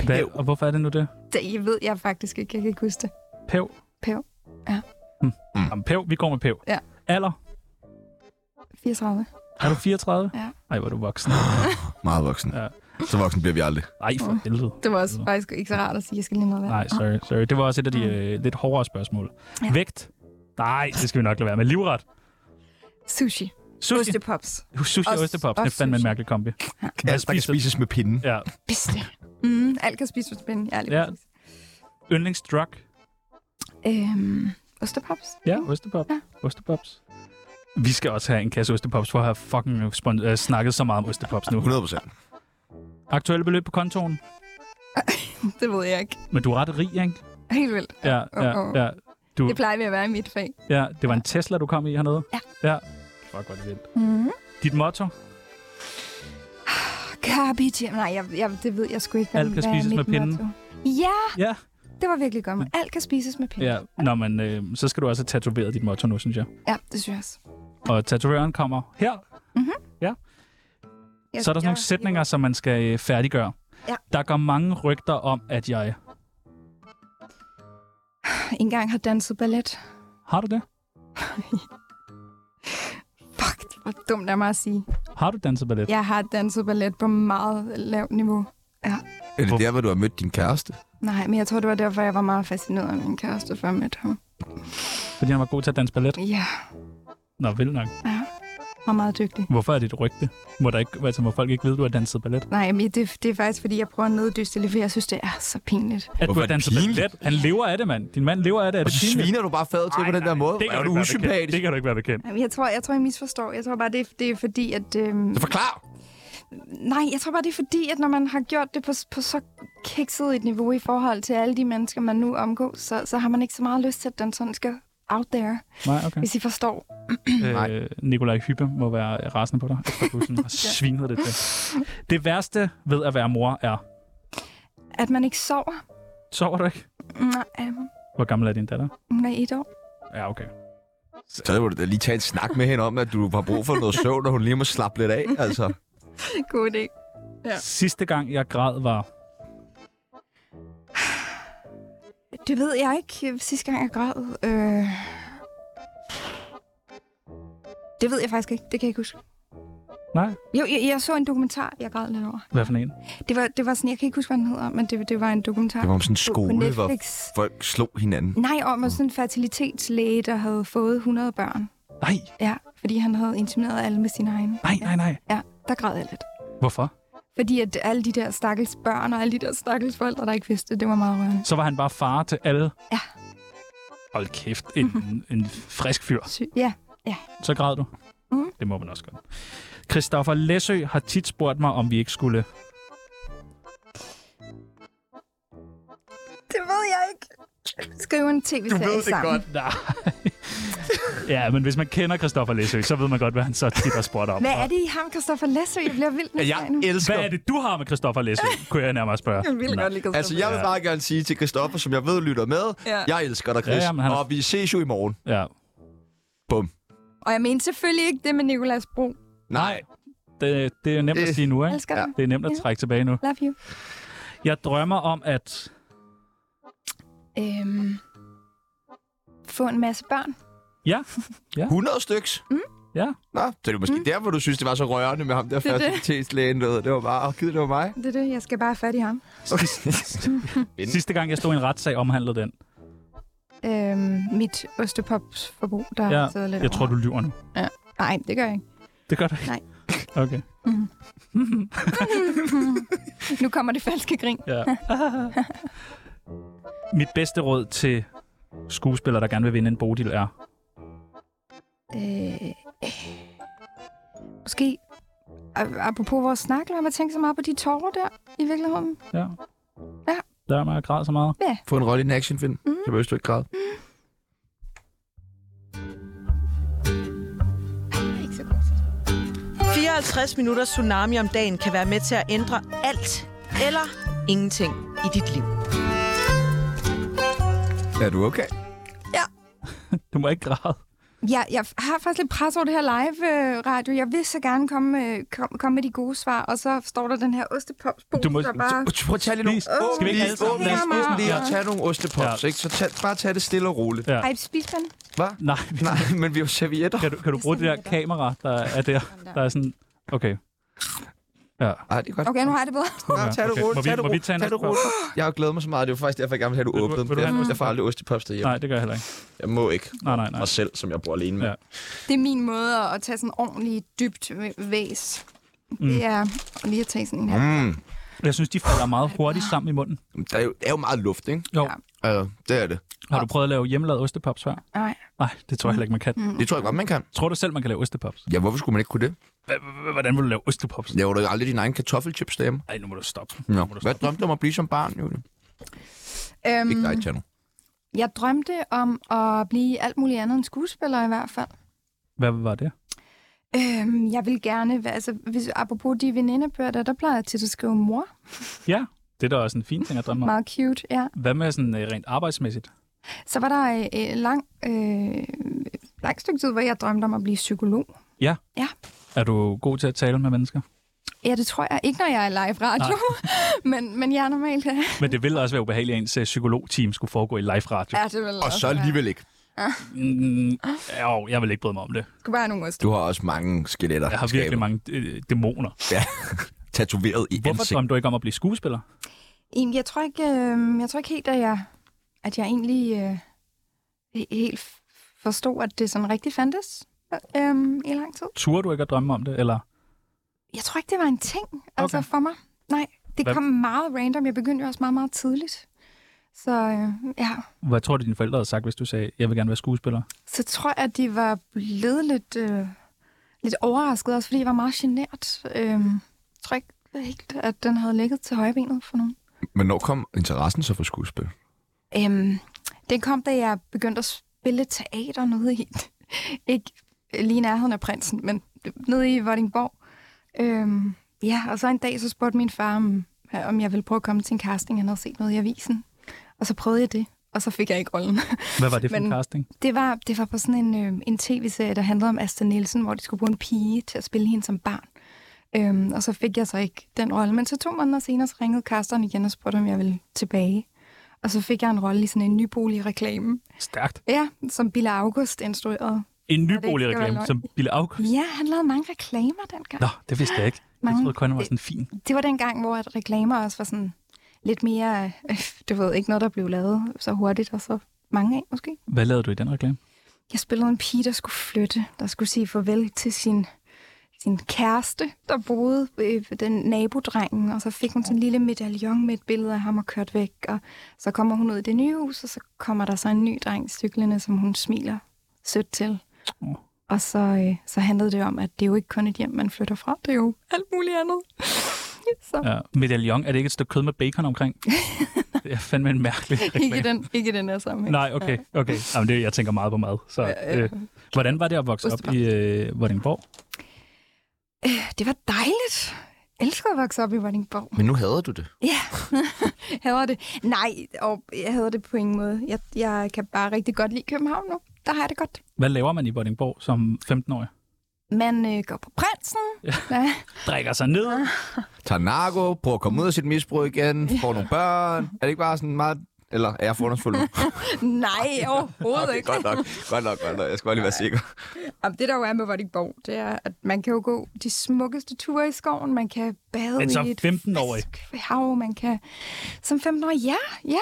Speaker 4: Hvad,
Speaker 1: Pæv.
Speaker 4: og hvorfor er det nu det?
Speaker 5: Det jeg ved jeg faktisk ikke. Jeg kan ikke huske det.
Speaker 4: Pæv?
Speaker 5: Pæv, ja.
Speaker 4: Hmm. Jamen, pæv, vi går med pæv.
Speaker 5: Ja.
Speaker 4: Alder?
Speaker 5: 34.
Speaker 4: Er du 34?
Speaker 5: Ja.
Speaker 4: Ej, hvor er du voksen.
Speaker 1: Meget voksen.
Speaker 4: Ja.
Speaker 1: Så voksen bliver vi aldrig.
Speaker 4: Ej, for
Speaker 5: Mm.
Speaker 4: helvede.
Speaker 5: Det var også faktisk ikke så rart at sige, at jeg skal lige Ah, noget
Speaker 4: Nej, sorry, sorry. Det var også et af de øh, lidt hårdere spørgsmål.
Speaker 5: Mm. Ja.
Speaker 4: Vægt? Nej, det skal vi nok lade være med. Livret?
Speaker 5: Sushi.
Speaker 4: Sushi?
Speaker 5: Ostepops.
Speaker 4: Sushi og
Speaker 5: Og-
Speaker 4: ostepop.
Speaker 5: og
Speaker 4: Det er fandme en
Speaker 5: sushi.
Speaker 4: mærkelig kombi. Hvad
Speaker 1: Alt, der kan
Speaker 4: spiser-
Speaker 1: spises med pinden.
Speaker 4: Ja.
Speaker 5: Bedste. Mm, alt kan spises med spænding. Ja, lige
Speaker 4: Ja.
Speaker 5: ja.
Speaker 4: Yndlingsdrug?
Speaker 5: Øhm, ostepops.
Speaker 4: Ja, ostepop.
Speaker 5: Ja.
Speaker 4: Ostepops. Vi skal også have en kasse ostepops, for at have fucking spon- øh, snakket så meget om ostepops nu.
Speaker 1: 100 procent.
Speaker 4: Aktuelle beløb på kontoen,
Speaker 5: Det ved jeg ikke.
Speaker 4: men du er ret rig, ikke?
Speaker 5: Helt vildt.
Speaker 4: Ja,
Speaker 5: Uh-oh.
Speaker 4: ja, ja. Du,
Speaker 5: Det plejer vi at være i mit fag.
Speaker 4: ja, det var en Tesla, du kom i hernede?
Speaker 5: Ja.
Speaker 4: ja. Fuck, hvor er det vildt.
Speaker 5: Mm.
Speaker 4: Dit motto?
Speaker 5: Carpe diem. Nej, jeg, jeg, det ved jeg sgu ikke. hvad-
Speaker 4: Alt kan
Speaker 5: hvad er
Speaker 4: spises
Speaker 5: mit
Speaker 4: med pinden.
Speaker 5: motto. Ja,
Speaker 4: Ja.
Speaker 5: det var virkelig godt. Alt kan spises med pinden.
Speaker 4: Ja, Nå, men øh, så skal du også have tatoveret dit motto nu, synes jeg.
Speaker 5: ja det synes jeg også.
Speaker 4: Og tatovøren kommer her.
Speaker 5: Jeg,
Speaker 4: Så er der sådan nogle sætninger, som man skal øh, færdiggøre.
Speaker 5: Ja.
Speaker 4: Der går mange rygter om, at jeg...
Speaker 5: Jeg engang har danset ballet.
Speaker 4: Har du det?
Speaker 5: Fuck, det var dumt af mig at sige.
Speaker 4: Har du danset ballet?
Speaker 5: Jeg har danset ballet på meget lavt niveau.
Speaker 1: Er det der, hvor du har mødt din kæreste?
Speaker 5: Nej, men jeg tror, det var derfor, jeg var meget fascineret af min kæreste, før jeg mødte ham.
Speaker 4: Fordi han var god til at danse ballet.
Speaker 5: Ja,
Speaker 4: Nå, vel nok.
Speaker 5: ja. Var meget dygtig.
Speaker 4: Hvorfor er det et rygte? Hvor, der ikke, altså, hvor folk ikke ved, du har danset ballet?
Speaker 5: Nej, men det, det er faktisk, fordi jeg prøver at neddyste det, for jeg synes, det er så pinligt.
Speaker 4: At
Speaker 1: Hvorfor
Speaker 4: du
Speaker 1: er
Speaker 4: har
Speaker 1: det
Speaker 4: danset
Speaker 1: pinligt?
Speaker 4: ballet? Han lever af det, mand. Din mand lever af det. Er
Speaker 1: Og
Speaker 4: det
Speaker 1: så
Speaker 4: pinligt?
Speaker 1: sviner du bare fadet til
Speaker 4: Ej,
Speaker 1: på den
Speaker 4: nej,
Speaker 1: der måde.
Speaker 4: det kan
Speaker 1: er du
Speaker 4: du ikke være bekendt.
Speaker 1: usympatisk?
Speaker 4: Det kan du ikke være bekendt.
Speaker 5: Jamen, jeg tror, jeg tror, I misforstår. Jeg tror bare, det er, det er fordi, at... Øhm,
Speaker 1: Så forklar!
Speaker 5: nej, jeg tror bare, det er fordi, at når man har gjort det på, på så kikset et niveau i forhold til alle de mennesker, man nu omgås, så, så har man ikke så meget lyst til, at den sådan skal out there,
Speaker 4: Nej, okay.
Speaker 5: hvis I forstår.
Speaker 1: Nej.
Speaker 4: Øh, Nikolaj Hyppe må være rasende på dig, efter du sådan har svinet det til. Det værste ved at være mor er...
Speaker 5: At man ikke sover.
Speaker 4: Sover du ikke?
Speaker 5: Nej, øhm,
Speaker 4: Hvor gammel er din datter?
Speaker 5: hun er et år.
Speaker 4: Ja, okay.
Speaker 1: Så må du da lige tage en snak med hende om, at du har brug for noget søvn, og hun lige må slappe lidt af. Altså,
Speaker 5: God idé.
Speaker 4: Ja. Sidste gang, jeg græd, var...
Speaker 5: Det ved jeg ikke. Sidste gang jeg græd. Øh... Det ved jeg faktisk ikke. Det kan jeg ikke huske.
Speaker 4: Nej,
Speaker 5: Jo, jeg, jeg så en dokumentar, jeg græd lidt over.
Speaker 4: hvad for en?
Speaker 5: Det var, det var sådan, jeg kan ikke huske, hvad den hedder, men det, det var en dokumentar
Speaker 1: det var om sådan en
Speaker 5: på, på
Speaker 1: skole, hvor
Speaker 5: Netflix.
Speaker 1: folk slog hinanden.
Speaker 5: Nej, om at sådan en fertilitetslæge, der havde fået 100 børn.
Speaker 4: Nej,
Speaker 5: Ja, fordi han havde intimideret alle med sine egne.
Speaker 4: nej, nej, nej.
Speaker 5: Ja, der græd jeg lidt.
Speaker 4: Hvorfor?
Speaker 5: Fordi at alle de der stakkels børn og alle de der stakkels forældre, der ikke vidste, det, det var meget rørende.
Speaker 4: Så var han bare far til alle?
Speaker 5: Ja.
Speaker 4: Hold kæft, en, en frisk fyr.
Speaker 5: Sy- ja,
Speaker 4: Så græd du?
Speaker 5: Mhm.
Speaker 4: Det må man også godt. Christoffer Læsø har tit spurgt mig, om vi ikke skulle...
Speaker 5: det ved jeg ikke. Skrive en tv-serie sammen.
Speaker 4: Nej. ja, men hvis man kender Christoffer Læsø, så ved man godt, hvad han så tit har spurgt om.
Speaker 5: Hvad er det i ham, Kristoffer Læsø? Jeg bliver vildt nysgerrig nu.
Speaker 1: elsker...
Speaker 4: Hvad er det, du har med Christoffer Læsø, kunne jeg nærmere spørge.
Speaker 5: Jeg vil
Speaker 4: Nå.
Speaker 5: godt lide Christoffer
Speaker 1: Altså, jeg vil
Speaker 4: Ja.
Speaker 1: bare gerne sige til Christoffer, som jeg ved lytter med,
Speaker 5: Ja.
Speaker 1: jeg elsker dig, Chris,
Speaker 4: Ja, ja, men han er-
Speaker 1: og vi ses jo i morgen.
Speaker 4: Ja.
Speaker 1: Bum.
Speaker 5: Og jeg mener selvfølgelig ikke det med Nicolas Bro.
Speaker 1: Nej.
Speaker 4: Det, det er nemt at
Speaker 1: Øh.
Speaker 4: sige nu,
Speaker 5: Jeg
Speaker 4: ikke?
Speaker 5: elsker
Speaker 1: Ja.
Speaker 5: ja.
Speaker 4: Det er nemt at trække tilbage nu.
Speaker 5: Love you.
Speaker 4: Jeg drømmer om, at...
Speaker 5: Øhm, få en masse børn.
Speaker 1: 100 styks? Mm.
Speaker 4: Ja.
Speaker 1: Nå, så er det måske mm. derfor, du synes, det var så rørende med ham der
Speaker 5: Det er det.
Speaker 1: fertilitetslægen. Det. det var bare, åh, gid det var mig.
Speaker 5: Det er det. Jeg skal bare have fat i ham.
Speaker 1: Inden.
Speaker 4: Sidste gang, jeg stod i en retssag, omhandlede den.
Speaker 5: øhm, mit ostepopsforbrug, der
Speaker 4: Ja,
Speaker 5: har siddet lidt
Speaker 4: Jeg tror, du lyver nu.
Speaker 5: Nej, det gør jeg ikke.
Speaker 4: Det gør du ikke?
Speaker 5: Nej.
Speaker 4: Okay.
Speaker 5: Nu kommer det falske grin.
Speaker 4: Ja. Mit bedste råd til skuespillere, der gerne vil vinde en Bodil, er...
Speaker 5: Øh, måske, a- apropos vores snak, lad mig tænke så meget på de tårer der, i virkeligheden.
Speaker 4: Ja.
Speaker 5: Ja.
Speaker 4: Der er mig og græd så meget.
Speaker 1: Få en rolle i en actionfilm. Mm. Så behøver du ikke græde.
Speaker 5: Ikke så godt.
Speaker 3: 54 minutter tsunami om dagen kan være med til at ændre alt eller ingenting i dit liv.
Speaker 1: Er du okay?
Speaker 4: Du må ikke græde.
Speaker 5: Jeg, jeg har faktisk lidt pres over det her live-radio. Jeg vil så gerne komme, med- kom, komme med de gode svar, og så står der den her ostepopsbrug,
Speaker 4: Du må-
Speaker 5: der bare...
Speaker 1: Prøv at tage lidt nogle...
Speaker 4: Please. Skal vi ikke alle sammen
Speaker 5: lade os
Speaker 1: åbne,
Speaker 5: åbne
Speaker 1: lige
Speaker 5: her?
Speaker 1: og tage nogle ostepops,
Speaker 4: Ja.
Speaker 1: ja. ikke? Så tag, bare tag det stille og roligt.
Speaker 4: Ja.
Speaker 5: Ej, spis den.
Speaker 1: Hvad?
Speaker 4: Nej,
Speaker 1: Nej, men vi har jo servietter.
Speaker 4: kan du, kan du bruge det der kamera, der er der? Der er sådan... Okay. Ja.
Speaker 1: Ej, det er godt.
Speaker 5: Okay, nu har jeg det bedre.
Speaker 1: Nå, tag det
Speaker 4: Okay. Må
Speaker 1: roligt,
Speaker 4: vi-
Speaker 1: tag det
Speaker 4: må vi
Speaker 1: roligt,
Speaker 4: tage en
Speaker 1: tag det
Speaker 4: ostepop?
Speaker 1: roligt. Jeg har glædet mig så meget, det var faktisk derfor, jeg gerne ville have, at du
Speaker 4: Vil du-
Speaker 1: åbnede
Speaker 4: vil
Speaker 1: dem.
Speaker 4: du have en
Speaker 1: Jeg, jeg får aldrig ostepops derhjemme.
Speaker 4: Nej, det gør jeg heller ikke.
Speaker 1: Jeg må ikke.
Speaker 4: Nej, nej, nej.
Speaker 1: Mig selv, som jeg bor alene med.
Speaker 4: Ja.
Speaker 5: Det er min måde at- at tage sådan ordentligt dybt væs. Mm.
Speaker 4: Mm.
Speaker 5: Det er lige at tage sådan en her.
Speaker 1: Mm.
Speaker 4: Jeg synes, de falder meget hurtigt sammen i munden.
Speaker 1: Der er jo, der er jo meget luft, ikke?
Speaker 4: Jo.
Speaker 5: Ja.
Speaker 1: Altså, det er det.
Speaker 4: Har du prøvet at lave hjemmelavet ostepops før?
Speaker 5: Nej.
Speaker 4: Nej, det tror jeg heller ikke, man kan.
Speaker 1: Det tror jeg godt, man kan.
Speaker 4: Tror du selv, man kan lave ostepops?
Speaker 1: Ja, hvorfor skulle man ikke kunne det?
Speaker 4: H- Hvordan vil du lave ostepops?
Speaker 1: Laver du aldrig din egen kartoffelchips derhjemme?
Speaker 4: Nej, nu må du stoppe.
Speaker 1: Nå.
Speaker 4: Nu må du
Speaker 1: Hvad
Speaker 4: stoppe.
Speaker 1: drømte du om at blive som barn, Julie? Mm.
Speaker 5: Øhm,
Speaker 1: Ikke dig, Tjerno.
Speaker 5: jeg drømte om at blive alt muligt andet end skuespiller i hvert fald.
Speaker 4: Hvad var det?
Speaker 5: Øhm, jeg vil gerne, være- altså hvis, apropos de venindebøger der, der plejer jeg tit at skrive mor.
Speaker 4: Ja, det er da også en fin ting at drømme om.
Speaker 5: Meget cute, ja.
Speaker 4: Hvad med sådan øh, rent arbejdsmæssigt?
Speaker 5: Så var der et øh, lang, øh, langt stykke tid, hvor jeg drømte om at blive psykolog.
Speaker 4: Er du god til at tale med mennesker?
Speaker 5: Ja, det tror jeg ikke, når jeg er live radio, men, men jeg er normalt her.
Speaker 4: Men det ville også være ubehageligt, at ens øh, psykologteam skulle foregå i live radio.
Speaker 5: Ja, det vil
Speaker 1: Og så
Speaker 5: være.
Speaker 1: alligevel ikke.
Speaker 4: Mm, jo, jeg vil ikke bryde mig om det.
Speaker 5: Det skulle være nogle ost.
Speaker 1: Du har også mange skeletter.
Speaker 4: Jeg har virkelig mange øh, dæmoner.
Speaker 1: Tatoveret i
Speaker 4: Hvorfor
Speaker 1: ansigt.
Speaker 4: drømte du ikke om at blive skuespiller?
Speaker 5: Jamen, Jeg tror ikke, øh, jeg tror ikke helt, at jeg, at jeg egentlig øh, he- helt f- forstod, at det sådan rigtig fandtes øh, i lang tid.
Speaker 4: Turde du ikke at drømme om det, eller?
Speaker 5: Jeg tror ikke, det var en ting altså
Speaker 4: Okay.
Speaker 5: okay. for mig. Nej, det
Speaker 4: Hvad-
Speaker 5: Hvad? kom meget random. Jeg begyndte jo også meget, meget tidligt. Så øh, ja,
Speaker 4: Hvad tror du, dine forældre havde sagt, hvis du sagde, jeg vil gerne være skuespiller?
Speaker 5: så tror jeg, at de var blevet lidt, øh, lidt overrasket også, fordi jeg var meget genert. Øh, jeg tror ikke helt, at den havde ligget til højbenet for nogen.
Speaker 1: Men når kom interessen så for skuespil?
Speaker 5: Øhm, den kom, da jeg begyndte at spille teater nede i, ikke lige i nærheden af prinsen, men nede i Vordingborg. Øhm, ja, og så en dag, så spurgte min far, om, om jeg ville prøve at komme til en casting, han havde set noget i avisen. Og så prøvede jeg det, og så fik jeg ikke rollen.
Speaker 4: Hvad var det for en
Speaker 5: Men-
Speaker 4: casting?
Speaker 5: Det var, det var på sådan en, øh, en tv-serie, der handlede om Asta Nielsen, hvor de skulle bruge en pige til at spille hende som barn. Øhm, og så fik jeg så ikke den rolle. Men så to måneder senere, så ringede casteren igen og spurgte, om jeg ville tilbage. Og så fik jeg en rolle i sådan en nybolig-reklame.
Speaker 4: Stærkt.
Speaker 5: Ja, som Bille August instruerede.
Speaker 4: En ny
Speaker 5: det ikke skal
Speaker 4: boligreklame,
Speaker 5: være
Speaker 4: som Bille August.
Speaker 5: Ja, han lavede mange reklamer dengang.
Speaker 4: Nå, det vidste jeg ikke. Jeg
Speaker 5: Mange-
Speaker 4: troede kun, han var sådan fin.
Speaker 5: Det var dengang, hvor at reklamer også var sådan lidt mere... Øh, du ved, ikke noget, der blev lavet så hurtigt og så mange af, måske.
Speaker 4: Hvad lavede du i den reklame?
Speaker 5: Jeg spillede en pige, der skulle flytte, der skulle sige farvel til sin, sin kæreste, der boede øh, ved den nabodrengen, og så fik hun sådan en lille medaljon med et billede af ham og kørt væk, og så kommer hun ud i det nye hus, og så kommer der så en ny dreng cyklende, som hun smiler sødt til.
Speaker 4: Åh.
Speaker 5: Og så, øh, så handlede det om, at det er jo ikke kun et hjem, man flytter fra, det er jo alt muligt andet. så
Speaker 4: Ja. Medaljon, er det ikke et stykke kød med bacon omkring? det er fandme en mærkelig
Speaker 5: ikke
Speaker 4: reklame.
Speaker 5: den, ikke den her sammenhæng.
Speaker 4: Nej, okay, okay. Jamen, det, jeg tænker meget på mad. Så, øh, hvordan var det at vokse op i øh, Vordingborg?
Speaker 5: Det var dejligt. Jeg elsker at vokse op i Vordingborg.
Speaker 1: Men nu hader du det.
Speaker 5: Ja, hader det. Nej, og jeg hader det på ingen måde. Jeg, jeg kan bare rigtig godt lide København nu. Der har jeg det godt.
Speaker 4: Hvad laver man i Vordingborg som 15-årig?
Speaker 5: Man øh, går på prinsen. Ja.
Speaker 4: Drikker sig ned?
Speaker 1: Tager narko, prøver at komme ud af sit misbrug igen, får nogle børn. Er det ikke bare sådan meget... Eller er jeg forundersfuld nu?
Speaker 5: Nej, overhovedet
Speaker 1: Okay,
Speaker 5: ikke.
Speaker 1: godt nok. Godt nok, godt nok. Jeg skal bare lige være sikker.
Speaker 5: Jamen, det, der jo er med Vordingborg, det er, at man kan jo gå de smukkeste ture i skoven. Man kan bade
Speaker 4: Men som
Speaker 5: i et
Speaker 4: 15-årig?
Speaker 5: frisk hav. Man kan... Som 15-årig, ja, ja.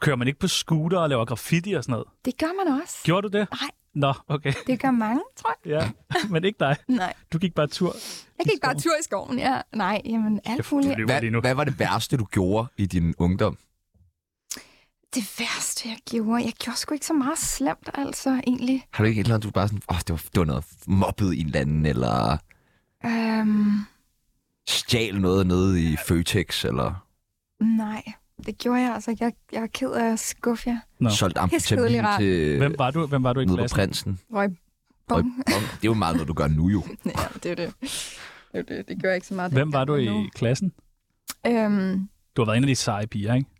Speaker 4: Kører man ikke på scooter og laver graffiti og sådan noget?
Speaker 5: Det gør man også.
Speaker 4: Gjorde du det?
Speaker 5: Nej.
Speaker 4: Nå, okay.
Speaker 5: Det gør mange, tror jeg.
Speaker 4: Ja, men ikke dig.
Speaker 5: Nej,
Speaker 4: Du gik bare tur.
Speaker 5: jeg
Speaker 4: I
Speaker 5: kan ikke bare
Speaker 4: skoven?
Speaker 5: tur i skoven. Ja. Nej, jamen alt
Speaker 4: Du
Speaker 5: muligt.
Speaker 4: løber lige nu.
Speaker 1: Hvad, hvad var det værste, du gjorde i din ungdom?
Speaker 5: Det værste, jeg gjorde, jeg gjorde sgu ikke så meget slemt, altså, egentlig.
Speaker 1: Har du ikke et eller andet, du bare sådan... Åh, oh, det, var, det var noget mobbet i en eller anden, eller
Speaker 5: Øhm,
Speaker 1: stjal noget nede i Føtex, eller
Speaker 5: nej, det gjorde jeg altså. ikke. Jeg, jeg er ked af at skuffe jer.
Speaker 4: Nå.
Speaker 1: no. solgt
Speaker 5: kedelig
Speaker 1: amfetamin
Speaker 5: rart.
Speaker 1: til
Speaker 4: Hvem var du, hvem var du i
Speaker 1: nede på
Speaker 4: klassen?
Speaker 1: prinsen.
Speaker 5: Røg bong.
Speaker 1: Bong. Det er jo meget noget, du gør nu jo.
Speaker 5: ja, det er det. Det, er det. det gør jeg ikke så meget.
Speaker 4: Hvem var du i klassen?
Speaker 5: Øhm,
Speaker 4: Du har været en af de seje piger, ikke?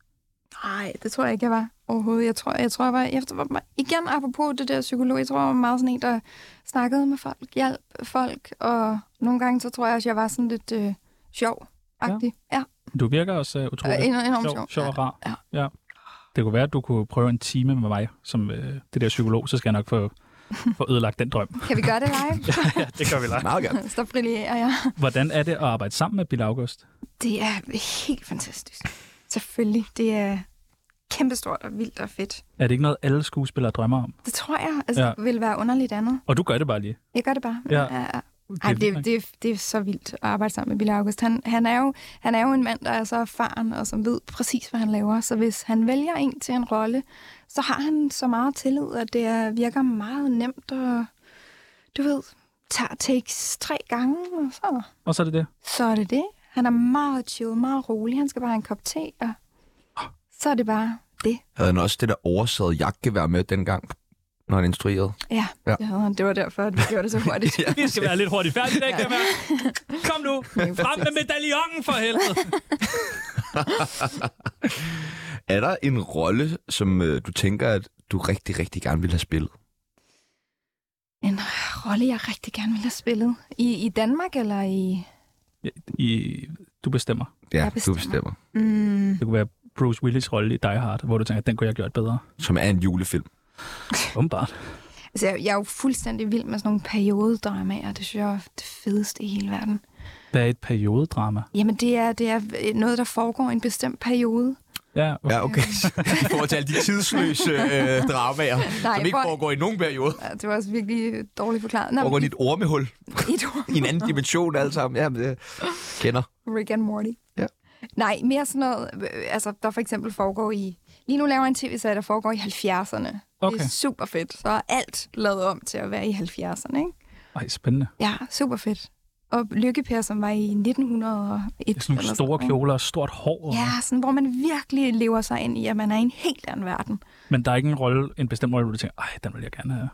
Speaker 5: nej, det tror jeg ikke, jeg var overhovedet. Jeg tror, jeg, tror, jeg var... Jeg var igen, apropos det der psykolog, jeg tror, jeg var meget sådan en, der snakkede med folk, hjalp folk, og nogle gange, så tror jeg også, jeg var sådan lidt øh, sjov. Ja. ja.
Speaker 4: Du virker også uh, utrolig
Speaker 5: Øh, enormt
Speaker 4: sjov,
Speaker 5: sjov.
Speaker 4: sjov og rar.
Speaker 5: Ja.
Speaker 4: ja. Det kunne være, at du kunne prøve en time med mig som øh, det der psykolog, så skal jeg nok få, få ødelagt den drøm.
Speaker 5: Kan vi gøre det live?
Speaker 4: ja, det gør vi langt.
Speaker 1: Meget gerne.
Speaker 5: så brillerer jeg.
Speaker 4: Hvordan er det at arbejde sammen med Bill August?
Speaker 5: Det er helt fantastisk. Selvfølgelig. Det er kæmpestort og vildt og fedt.
Speaker 4: Er det ikke noget, alle skuespillere drømmer om?
Speaker 5: Det tror jeg altså,
Speaker 4: Ja.
Speaker 5: ja. vil være underligt andet.
Speaker 4: Og du gør det bare lige.
Speaker 5: Jeg gør det bare.
Speaker 4: Ja.
Speaker 5: ja. Ej,
Speaker 4: vildt
Speaker 5: det,
Speaker 4: nok.
Speaker 5: det, det er så vildt at arbejde sammen med Bille August. Han, han, er jo, han er jo en mand, der er så erfaren og som ved præcis, hvad han laver. Så hvis han vælger en til en rolle, så har han så meget tillid, at det er, virker meget nemt og du ved, tager takes tre gange, og så,
Speaker 4: Og så er det det.
Speaker 5: så er det det. Han er meget chill, meget rolig. Han skal bare have en kop te, og så er det bare det.
Speaker 1: Havde han også det der oversaget jagtgevær med dengang, når han instruerede?
Speaker 5: Ja,
Speaker 1: Ja.
Speaker 5: ja. Det, havde han. det var derfor, at vi gjorde det så hurtigt. ja.
Speaker 4: Vi skal være lidt hurtigt færdige i dag, kan jeg mærke. Kom nu! Frem med medaljongen for helvede!
Speaker 1: Er der en rolle, som øh, du tænker, at du rigtig, rigtig gerne ville have spillet?
Speaker 5: En rolle, jeg rigtig gerne ville have spillet. I, i Danmark eller i...
Speaker 4: I, du bestemmer.
Speaker 1: Ja,
Speaker 5: Jeg bestemmer.
Speaker 1: du bestemmer.
Speaker 5: Mm,
Speaker 4: Det kunne være Bruce Willis rolle i Die Hard, hvor du tænker, den kunne jeg have gjort bedre.
Speaker 1: Som er en julefilm.
Speaker 4: Åbenbart.
Speaker 5: altså, jeg, jeg er jo fuldstændig vild med sådan nogle periodedramaer. Det synes jeg er det fedeste i hele verden.
Speaker 4: Hvad er et periodedrama?
Speaker 5: Jamen, det er, det er noget, der foregår i en bestemt periode.
Speaker 4: Ja, okay.
Speaker 1: Ja, okay. I forhold til alle de tidsløse øh, dramaer, Nej, som ikke
Speaker 5: hvor-
Speaker 1: foregår i nogen periode.
Speaker 5: Ja, Det var også virkelig dårligt forklaret. Nå,
Speaker 1: Foregår i
Speaker 5: men
Speaker 1: et ormehul
Speaker 5: i et ord.
Speaker 1: i en anden dimension alle sammen. Jamen, det kender.
Speaker 5: Rick and Morty.
Speaker 1: Ja.
Speaker 5: Nej, mere sådan noget, øh, altså, der for eksempel foregår i... Lige nu laver jeg en tv-serie, der foregår i 70'erne.
Speaker 4: Okay.
Speaker 5: Det er super fedt. Så er alt lavet om til at være i 70'erne, ikke?
Speaker 4: Ej, spændende.
Speaker 5: Ja, super fedt. Og Lykkepær, som var i 1901.
Speaker 4: Det er sådan nogle
Speaker 5: eller
Speaker 4: store
Speaker 5: noget.
Speaker 4: kjoler og stort hår. og-
Speaker 5: Ja, sådan, hvor man virkelig lever sig ind i, at man er i en helt anden verden.
Speaker 4: Men der er ikke en rolle, en bestemt rolle, hvor du tænker, ej, den vil jeg gerne have.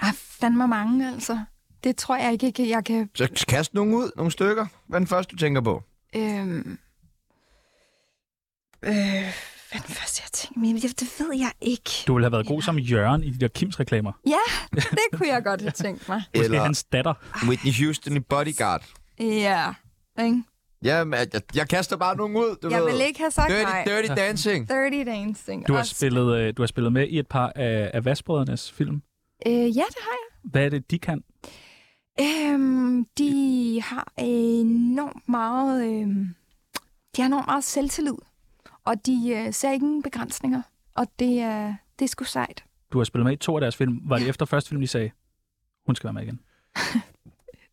Speaker 5: Ah, fandme mange, altså. Det tror jeg ikke, jeg- jeg kan...
Speaker 1: Så kast nogen ud, nogle stykker. Hvad er den første, du tænker på?
Speaker 5: Øhm, øh, hvad er den første, jeg tænker? Men jeg- det ved jeg ikke.
Speaker 4: Du ville have været god som Jørgen i de der Kims reklamer.
Speaker 5: Ja, det kunne jeg godt have tænkt mig.
Speaker 4: Måske
Speaker 1: Eller-
Speaker 4: Eller... hans datter.
Speaker 1: Whitney Houston i Bodyguard.
Speaker 5: Ja, ikke?
Speaker 1: Jamen, jeg, jeg, jeg kaster bare nogen ud, du
Speaker 5: Jeg
Speaker 1: ved.
Speaker 5: vil ikke have sagt
Speaker 1: dirty,
Speaker 5: nej.
Speaker 1: dirty dancing.
Speaker 5: 30 Dancing.
Speaker 4: Du har,
Speaker 5: også.
Speaker 4: spillet, øh, du har spillet med i et par af, af Vasbrødrenes film.
Speaker 5: Øh, ja, det har jeg.
Speaker 4: Hvad er det, de kan?
Speaker 5: Øhm, de har enormt meget... Øhm, de har enormt meget selvtillid. Og de øh, ser ingen begrænsninger. Og det er, det er sgu sejt.
Speaker 4: Du har spillet med i to af deres film. Var det efter første film, de sagde, hun skal være med igen?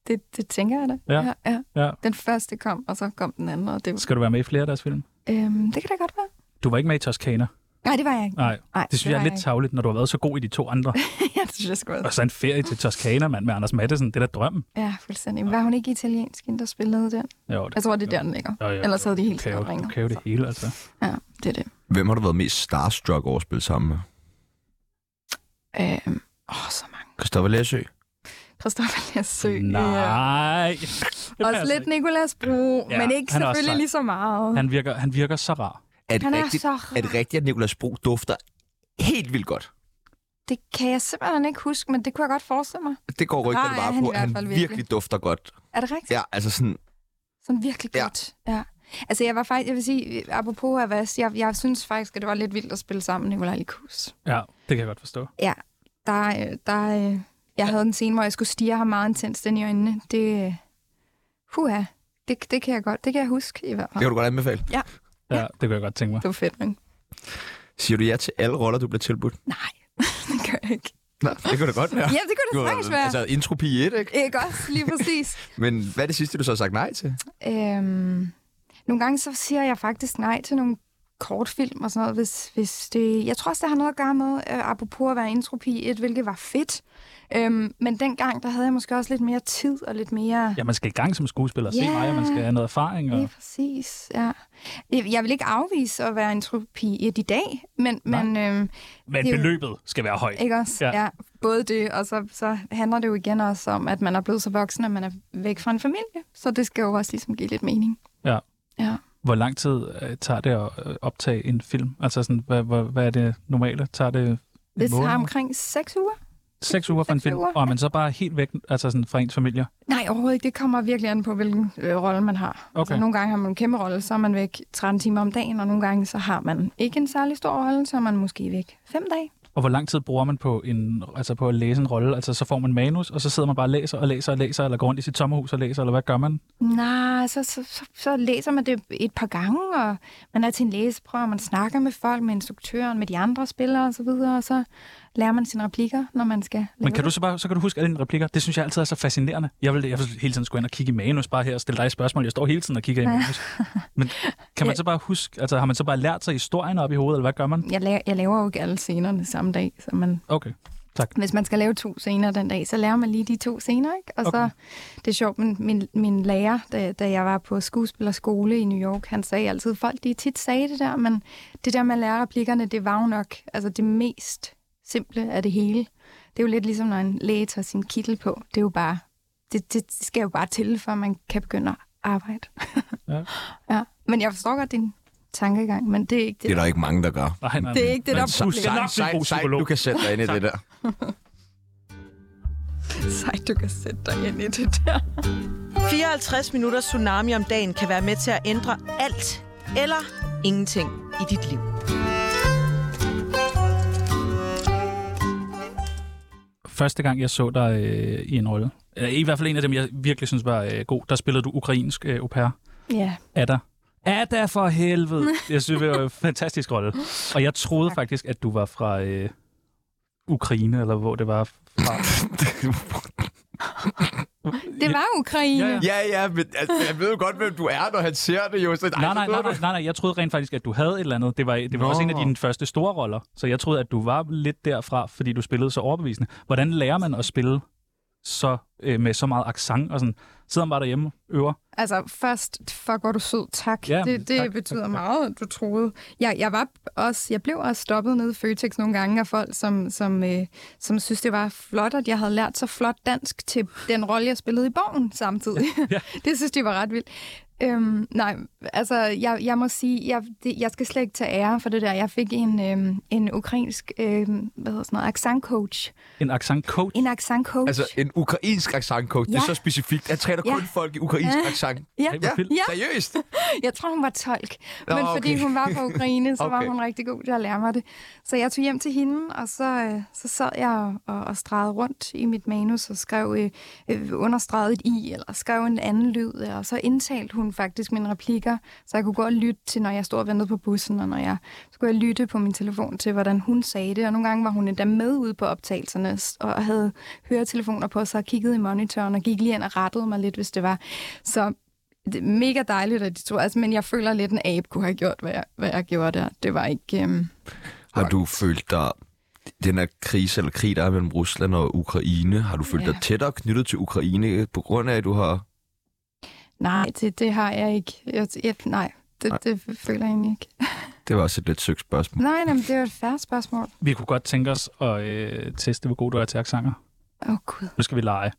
Speaker 5: Det, det tænker jeg da.
Speaker 4: Ja.
Speaker 5: ja.
Speaker 4: Ja.
Speaker 5: Den første kom, og så kom den anden. Og det,
Speaker 4: Skal du være med i flere af deres film?
Speaker 5: øhm, det kan da godt være.
Speaker 4: Du var ikke med i Toscana.
Speaker 5: Nej, det var jeg ikke.
Speaker 4: Nej,
Speaker 5: Nej,
Speaker 4: det synes jeg
Speaker 5: var
Speaker 4: er lidt tavligt, når du har været så god i de to andre.
Speaker 5: ikke. ja, det synes jeg sgu også.
Speaker 4: Og så en ferie til Toscana, mand, med Anders Mattesen. Det er da drømmen.
Speaker 5: Ja, fuldstændig. Var hun ikke italiensk, hende der spillede den?
Speaker 4: Jo, det,
Speaker 5: Jeg tror, det er der, den ligger.
Speaker 4: jo, jo,
Speaker 5: Altså, Ellers havde de helt
Speaker 4: kan jo,
Speaker 5: sikkert
Speaker 4: du
Speaker 5: ringet.
Speaker 4: kan jo det hele, altså.
Speaker 5: Ja, det er det.
Speaker 1: Hvem har du været mest starstruck over at spille sammen med?
Speaker 5: Øhm, åh, så mange.
Speaker 1: Christoffer Læsø.
Speaker 5: Christoffer Læsø. ja.
Speaker 4: Nej. Det
Speaker 5: Også
Speaker 4: passer
Speaker 5: lidt Nicolas Bro,
Speaker 4: Ja,
Speaker 5: ja, men ikke
Speaker 4: han er også
Speaker 5: selvfølgelig
Speaker 4: sej.
Speaker 5: lige så meget.
Speaker 4: Han virker, han virker så rar.
Speaker 1: Er det,
Speaker 5: Han er
Speaker 1: rigtigt,
Speaker 5: så
Speaker 1: er det rigtigt, at Nicolas Bro dufter helt vildt godt?
Speaker 5: Det kan jeg simpelthen ikke huske, men det kunne jeg godt forestille mig.
Speaker 1: Det går ikke
Speaker 5: Nej,
Speaker 1: bare
Speaker 5: han
Speaker 1: på.
Speaker 5: i hvert
Speaker 1: Han
Speaker 5: fald
Speaker 1: virkelig.
Speaker 5: virkelig.
Speaker 1: virkelig dufter godt.
Speaker 5: Er det rigtigt?
Speaker 1: Ja, altså sådan,
Speaker 5: Sådan virkelig
Speaker 1: Ja.
Speaker 5: godt. Ja. ja. Altså, jeg var faktisk, jeg vil sige, apropos Havas, jeg, jeg synes faktisk, at det var lidt vildt at spille sammen med Nicolaj Likus.
Speaker 4: Ja, det kan jeg godt forstå.
Speaker 5: Ja, der, øh, der, øh, jeg havde en scene, hvor jeg skulle stige ham meget intenst ind i øjnene. Det, øh, huha, det, det kan jeg godt, det kan jeg huske i hvert
Speaker 1: det
Speaker 5: fald.
Speaker 1: kan du godt anbefale.
Speaker 4: Ja, det kunne jeg godt tænke mig.
Speaker 5: Det var fedt, ikke?
Speaker 1: Siger du ja til alle roller, du bliver tilbudt?
Speaker 5: Nej, det gør jeg ikke.
Speaker 1: Nej, det kan det godt være.
Speaker 5: Ja, det kunne det sagtens være.
Speaker 1: Altså intro pige 1, ikke?
Speaker 5: Ikke også, lige præcis.
Speaker 1: Men hvad er det sidste, du så har sagt nej til?
Speaker 5: øhm, nogle gange så siger jeg faktisk nej til nogle kortfilm og sådan noget, hvis, hvis det... Jeg tror også, det har noget at gøre med, øh, apropos at være intropi et, hvilket var fedt. Øhm, men dengang, der havde jeg måske også lidt mere tid og lidt mere...
Speaker 4: Ja, man skal i gang som skuespiller. Se
Speaker 5: Ja.
Speaker 4: mig, og man skal have noget erfaring.
Speaker 5: Lige
Speaker 4: Og...
Speaker 5: præcis, ja. Jeg jeg vil ikke afvise at være intropi et i dag, men,
Speaker 4: Nej.
Speaker 5: men øhm,
Speaker 4: Men
Speaker 5: Det er jo-
Speaker 4: beløbet skal være højt.
Speaker 5: ikke også?
Speaker 4: Ja.
Speaker 5: Ja. ja. Både det, og så, så handler det jo igen også om, at man er blevet så voksen, at man er væk fra en familie. Så det skal jo også ligesom give lidt mening.
Speaker 4: Ja.
Speaker 5: Ja.
Speaker 4: Hvor lang tid øh, tager det at øh, optage en film? Altså, sådan, hvad, hvad, hvad er det normale? Tager det en
Speaker 5: Det
Speaker 4: måned?
Speaker 5: tager omkring 6 uger.
Speaker 4: Seks uger for en
Speaker 5: seks
Speaker 4: film,
Speaker 5: uger,
Speaker 4: og er man så bare helt væk altså sådan, fra ens familie?
Speaker 5: Nej, overhovedet ikke. Det kommer virkelig an på, hvilken øh, rolle man har.
Speaker 4: Okay.
Speaker 5: nogle gange har man en kæmpe rolle, så er man væk 13 timer om dagen, og nogle gange så har man ikke en særlig stor rolle, så er man måske væk 5 dage.
Speaker 4: Og hvor lang tid bruger man på, en, altså på at læse en rolle? Altså, så får man manus, og så sidder man bare og læser og læser og læser, eller går rundt i sit sommerhus og læser, eller hvad gør man?
Speaker 5: Nej, så, så, så, så læser man det et par gange, og man er til en læseprøve, og man snakker med folk, med instruktøren, med de andre spillere osv., og så lærer man sine replikker, når man skal
Speaker 4: Men kan du så, bare, så kan du huske alle dine replikker. Det synes jeg altid er så fascinerende. Jeg vil, jeg vil hele tiden skulle ind og kigge i manus bare her og stille dig spørgsmål. Jeg står hele tiden og kigger i manus. Men kan man så bare huske, altså har man så bare lært sig historien op i hovedet, eller hvad gør man?
Speaker 5: Jeg, laver, jeg laver jo ikke alle scenerne samme dag, så man
Speaker 4: Okay.
Speaker 5: hvis man skal lave to scener den dag, så lærer man lige de to scener, ikke? Og
Speaker 4: Okay.
Speaker 5: så, det er sjovt, min, min, min lærer, da, da jeg var på skuespillerskole i New York, han sagde altid, folk de tit sagde det der, men det der med at lære replikkerne, det var jo nok altså det mest simple af det hele. Det er jo lidt ligesom, når en læge tager sin kittel på. Det er jo bare, det, det skal jo bare til, for man kan begynde at arbejde.
Speaker 4: Ja.
Speaker 5: ja. Men jeg forstår godt din tankegang, men det er ikke det,
Speaker 1: Det er der ikke mange, der gør.
Speaker 4: Nej, nej, nej.
Speaker 5: det, er ikke det der
Speaker 4: Men så-
Speaker 5: er
Speaker 4: sej- sej- sej-
Speaker 1: du kan sætte dig ind i det der.
Speaker 5: Sejt, du kan sætte dig ind i det der.
Speaker 3: 54 minutter tsunami om dagen kan være med til at ændre alt eller ingenting i dit liv.
Speaker 4: Første gang, jeg så dig øh, i en rolle, Øh, I hvert fald en af dem, jeg virkelig synes var øh, god. Der spillede du ukrainsk øh, au pair.
Speaker 5: Ja.
Speaker 4: Ada. Ada for helvede! Jeg synes, det var en fantastisk rolle. Og jeg troede faktisk, at du var fra øh, Ukraine, eller hvor det var fra.
Speaker 5: Det var Ukraine.
Speaker 4: Ja, ja.
Speaker 1: ja, ja, men altså, jeg ved jo godt, hvem du er, når han ser det, jo. Så, ej,
Speaker 4: Nej, nej,
Speaker 1: så ved
Speaker 4: nej,
Speaker 1: du-
Speaker 4: nej, nej, nej, jeg troede rent faktisk, at du havde et eller andet. Det var, det var
Speaker 1: Nå.
Speaker 4: også en af dine første store roller, så jeg troede, at du var lidt derfra, fordi du spillede så overbevisende. Hvordan lærer man at spille så øh, med så meget accent og sådan? Sidder man bare derhjemme øver?
Speaker 5: Altså først, fuck hvor er du sød, tak.
Speaker 4: Ja,
Speaker 5: Ja, det det
Speaker 4: tak, tak,
Speaker 5: tak, betyder
Speaker 4: tak.
Speaker 5: tak, meget, at du troede. Jeg, jeg, var også, jeg blev også stoppet nede i Føtex nogle gange af folk, som, som, øh, som synes, det var flot, at jeg havde lært så flot dansk til den rolle, jeg spillede i bogen samtidig.
Speaker 4: ja.
Speaker 5: Ja. det synes de var ret vildt. Øhm, nej, altså jeg, jeg må sige, jeg, det, jeg skal slet ikke tage ære for det der. Jeg fik en, øhm, en ukrainsk, øhm, hvad hedder sådan noget, accentcoach.
Speaker 4: En accent-coach?
Speaker 5: En accentcoach.
Speaker 1: Altså, en ukrainsk accentcoach, ja. det er
Speaker 5: Ja.
Speaker 1: så specifikt. Jeg træner kun
Speaker 5: Ja.
Speaker 1: folk i ukrainsk
Speaker 5: Ja.
Speaker 1: accent.
Speaker 5: ja.
Speaker 4: Ej, hvor
Speaker 1: Ja,
Speaker 4: vildt.
Speaker 1: ja, seriøst.
Speaker 5: Jeg tror, hun var tolk.
Speaker 1: Nå,
Speaker 5: Nå, men fordi
Speaker 1: okay.
Speaker 5: hun var fra Ukraine, så okay.
Speaker 1: Okay.
Speaker 5: var hun rigtig god til at lære mig det. Så jeg tog hjem til hende, og så, øh, så sad jeg og, og stregede rundt i mit manus og skrev øh, øh, understreget et i, eller skrev en anden lyd, øh, og så indtalte hun faktisk mine replikker, så jeg kunne gå og lytte til, når jeg stod og ventede på bussen, og når jeg skulle jeg lytte på min telefon til, hvordan hun sagde det. Og nogle gange var hun endda med ude på optagelserne, s- og havde høretelefoner på, så kiggede i monitoren og gik lige ind og rettede mig lidt, hvis det var. Så det er mega dejligt, at de tror. Altså, men jeg føler lidt, en abe kunne have gjort, hvad jeg, hvad jeg gjorde der. Det var ikke... Øhm,
Speaker 1: Har du følt dig, den her krise eller krig, der er mellem Rusland og Ukraine, har du følt dig
Speaker 5: Ja.
Speaker 1: tættere knyttet til Ukraine, på grund af, at du har...
Speaker 5: nej, det, det har jeg ikke. Jeg, jeg, nej, det,
Speaker 1: Nej.
Speaker 5: det føler jeg egentlig ikke.
Speaker 1: Det var også et lidt søgt spørgsmål.
Speaker 5: Nej, nej, men det var et færre spørgsmål.
Speaker 4: Vi kunne godt tænke os at øh, teste, hvor god du er til accenter.
Speaker 5: Åh, oh, Gud.
Speaker 4: Nu skal vi lege.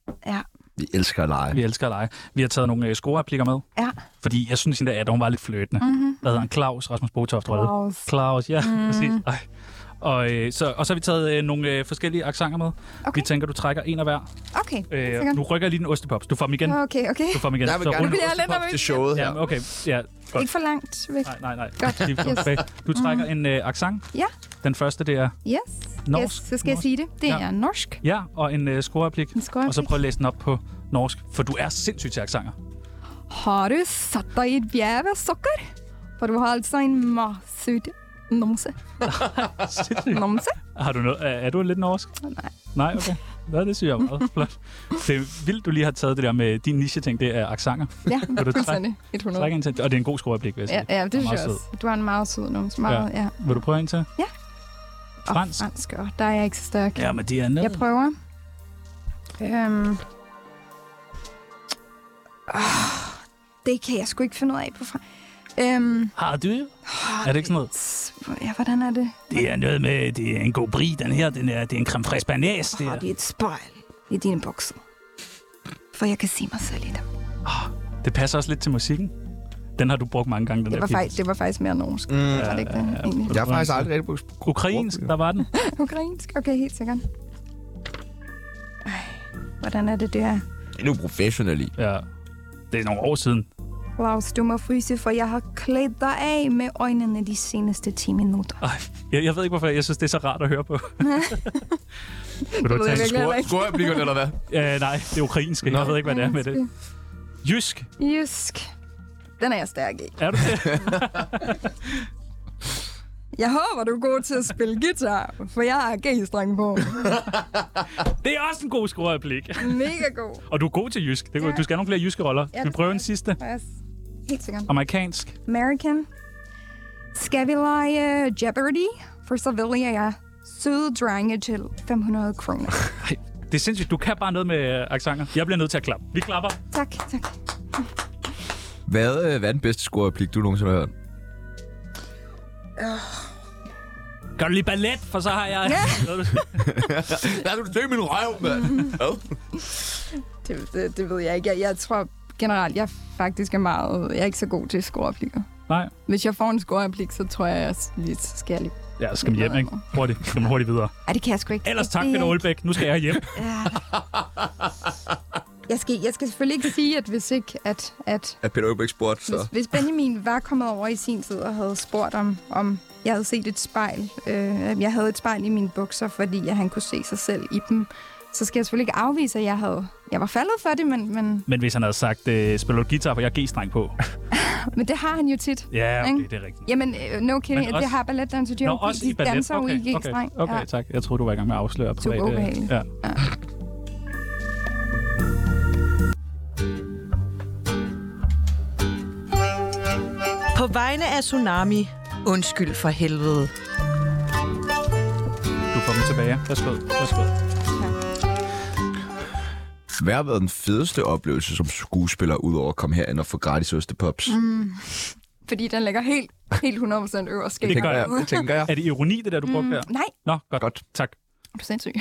Speaker 1: Vi elsker at lege.
Speaker 4: Vi elsker at lege. Vi har taget nogle øh, scorereplikker med.
Speaker 5: Ja.
Speaker 4: Fordi jeg synes endda, at hun var lidt fløtende.
Speaker 5: Mm-hmm.
Speaker 4: Hvad hedder han? Claus Rasmus Botoft rolle.
Speaker 5: Claus.
Speaker 4: Claus, ja,
Speaker 5: Mhm.
Speaker 4: mm. præcis. Ej. Og, øh, så, og så har vi taget øh, nogle øh, forskellige accenter med.
Speaker 5: Okay.
Speaker 4: Vi tænker, du trækker en af hver.
Speaker 5: Okay,
Speaker 4: Øh,
Speaker 5: Sikkert.
Speaker 4: nu rykker jeg lige den ostepops. Du får dem igen.
Speaker 5: okay, okay.
Speaker 4: Du får dem igen.
Speaker 1: Jeg vil
Speaker 4: Så
Speaker 1: gerne
Speaker 4: rulle-
Speaker 5: bliver jeg lidt
Speaker 1: have
Speaker 5: nervøs.
Speaker 1: til showet her.
Speaker 4: Ja, men okay. Ja, godt.
Speaker 5: Ikke for langt væk.
Speaker 4: Nej, nej, nej.
Speaker 5: Godt,
Speaker 4: Vi får
Speaker 5: yes. Mhm.
Speaker 4: tilbage. Du trækker en øh, accent.
Speaker 5: Ja.
Speaker 4: Den første, det er
Speaker 5: Yes.
Speaker 4: norsk.
Speaker 5: Yes, så skal jeg
Speaker 4: norsk.
Speaker 5: sige det. Det
Speaker 4: Ja.
Speaker 5: ja. er norsk.
Speaker 4: Ja, og en øh, scorereplik.
Speaker 5: En scorereplik.
Speaker 4: Og så prøv at læse den op på norsk, for du er sindssygt til accenter.
Speaker 5: Har du sat dig i et bjerge, sokker? For du har altså en masud nomse.
Speaker 4: Sindssygt.
Speaker 5: Nomse?
Speaker 4: Har du noget, er, er du lidt norsk?
Speaker 5: Nej.
Speaker 4: Nej, okay. Nå, det synes jeg er meget flot. Det er vildt, du lige har taget det der med din niche-ting, det er accenter.
Speaker 5: Ja,
Speaker 4: Vil du trække-
Speaker 5: fuldstændig. 100.
Speaker 4: Træk en til, og det er en god scorereplik, vil jeg sige.
Speaker 5: Ja, ja, det synes
Speaker 4: meget
Speaker 5: jeg også. Du har en meget sød numse. Meget, ja. ja.
Speaker 4: Vil du prøve en til?
Speaker 5: Ja. Og
Speaker 4: Fransk?
Speaker 5: fransk, og der er jeg ikke så stærk.
Speaker 4: Ja, men det er ned.
Speaker 5: Jeg prøver. Øhm. Oh, det kan jeg sgu ikke finde ud af på fransk. Øhm.
Speaker 4: Har du?
Speaker 5: åh,
Speaker 4: Er det ikke sådan noget?
Speaker 5: s- Ja, hvordan er det?
Speaker 4: Det er noget med, det er en god brie, den her. Den er, det er en creme fraise banæs. Det
Speaker 5: Har
Speaker 4: er,
Speaker 5: du et spejl i dine bukser? For jeg kan se mig selv i dem.
Speaker 4: det passer også lidt til musikken. Den har du brugt mange gange, den
Speaker 5: Det
Speaker 4: der
Speaker 5: var,
Speaker 4: pip.
Speaker 5: faktisk, det var faktisk mere norsk.
Speaker 1: Mm.
Speaker 5: Ja, var det ikke det, egentlig?
Speaker 1: Jeg har faktisk aldrig rigtig brugt
Speaker 4: Ukrainsk, der var den.
Speaker 5: Ukrainsk? Okay, helt sikkert. Ej, hvordan er det, det er?
Speaker 1: Det er jo professionel i.
Speaker 4: Ja. Det er nogle år siden.
Speaker 5: Claus, du må fryse, for jeg har klædt dig af med øjnene de seneste 10 minutter.
Speaker 4: Ej, jeg, jeg ved ikke, hvorfor jeg synes, det er så rart at høre på. Vil du
Speaker 5: ved
Speaker 4: tage
Speaker 5: jeg
Speaker 4: en
Speaker 5: virkelig heller
Speaker 4: skor?
Speaker 5: ikke.
Speaker 1: Skorblikkerne, eller hvad?
Speaker 4: Ja, Øh, nej, det er ukrainske. Jeg
Speaker 1: Nå.
Speaker 4: ved ikke, hvad det er med det. Jysk,
Speaker 5: Jysk. Den er jeg stærk i.
Speaker 4: er du det?
Speaker 5: Jeg håber, du er god til at spille guitar, for jeg har g-streng på.
Speaker 4: Det er også en god scorereplik.
Speaker 5: Mega god.
Speaker 4: Og du er god til jysk. Det, er-
Speaker 5: Ja.
Speaker 4: Du skal have nogle flere jyske roller. Skal vi
Speaker 5: det
Speaker 4: prøve
Speaker 5: skal
Speaker 4: en
Speaker 5: jeg.
Speaker 4: sidste?
Speaker 5: Yes. Helt sikkert.
Speaker 4: Amerikansk.
Speaker 5: American. Skal vi lege øh, Jeopardy? For så vil jeg søde drenge til 500 kroner.
Speaker 4: Ej, det er sindssygt. Du kan bare noget med øh, accenter. Jeg bliver nødt til at klappe. Vi klapper.
Speaker 5: Tak, tak.
Speaker 1: Hvad, øh, hvad er den bedste skoreplik, du nogensinde har hørt?
Speaker 4: Gør du lige ballet, for så har jeg...
Speaker 1: Lad du se min røv, mand. Hvad?
Speaker 5: Det, det, det ved jeg ikke. Jeg, jeg tror generelt, jeg faktisk er meget... Jeg er ikke så god til scoreplikker.
Speaker 4: Nej.
Speaker 5: Hvis jeg får en scoreplik, så tror jeg, jeg lige skal jeg lige...
Speaker 4: Ja, så skal man hjem, ikke? Hurtigt. Skal man hurtigt videre.
Speaker 5: Ej, det kan jeg sgu ikke. Øh,
Speaker 4: Ellers tak,
Speaker 5: Det er
Speaker 4: Peter
Speaker 5: jeg
Speaker 4: Olbæk. Nu skal jeg hjem.
Speaker 5: Jeg skal, jeg skal selvfølgelig ikke sige, at hvis ikke, at, at
Speaker 1: Er Peter Øbæk spurgt, så?
Speaker 5: hvis, hvis Benjamin var kommet over i sin tid og havde spurgt om, om jeg havde set et spejl, øh, jeg havde et spejl i mine bukser, fordi at han kunne se sig selv i dem, så skal jeg selvfølgelig ikke afvise, at jeg havde jeg var faldet for det, men, men,
Speaker 4: Men hvis han havde sagt, øh, spiller du guitar, for jeg har G-streng på.
Speaker 5: men det har han jo tit.
Speaker 4: ja, okay,
Speaker 5: Ikke?
Speaker 4: det er rigtigt.
Speaker 5: Jamen, øh, no kidding,
Speaker 4: Men
Speaker 5: det
Speaker 4: også-
Speaker 5: har balletdanser, de,
Speaker 4: Nå,
Speaker 5: har jo-
Speaker 4: også
Speaker 5: de
Speaker 4: i ballet.
Speaker 5: danser jo
Speaker 4: okay,
Speaker 5: i
Speaker 4: okay,
Speaker 5: G-streng.
Speaker 4: okay,
Speaker 5: ja.
Speaker 4: tak. Jeg troede, du var i gang med at afsløre
Speaker 5: Super
Speaker 4: private...
Speaker 5: ubehageligt.
Speaker 4: Ja.
Speaker 3: På vegne af Tsunami, undskyld for helvede.
Speaker 4: Du får dem tilbage. Værsgo. Værsgo.
Speaker 1: Hvad har været den fedeste oplevelse som skuespiller, udover at komme herind og få gratis ostepops? Mm.
Speaker 5: Fordi den ligger helt, helt 100% øverst. skal
Speaker 4: Det
Speaker 5: jeg
Speaker 4: gør
Speaker 5: gøre
Speaker 4: jeg.
Speaker 5: ud.
Speaker 1: Det tænker jeg.
Speaker 4: Er det ironi, det der, du brugte der?
Speaker 5: Nej,
Speaker 4: Nå, godt.
Speaker 1: Godt.
Speaker 4: Tak.
Speaker 5: er du sindssyg? Æ,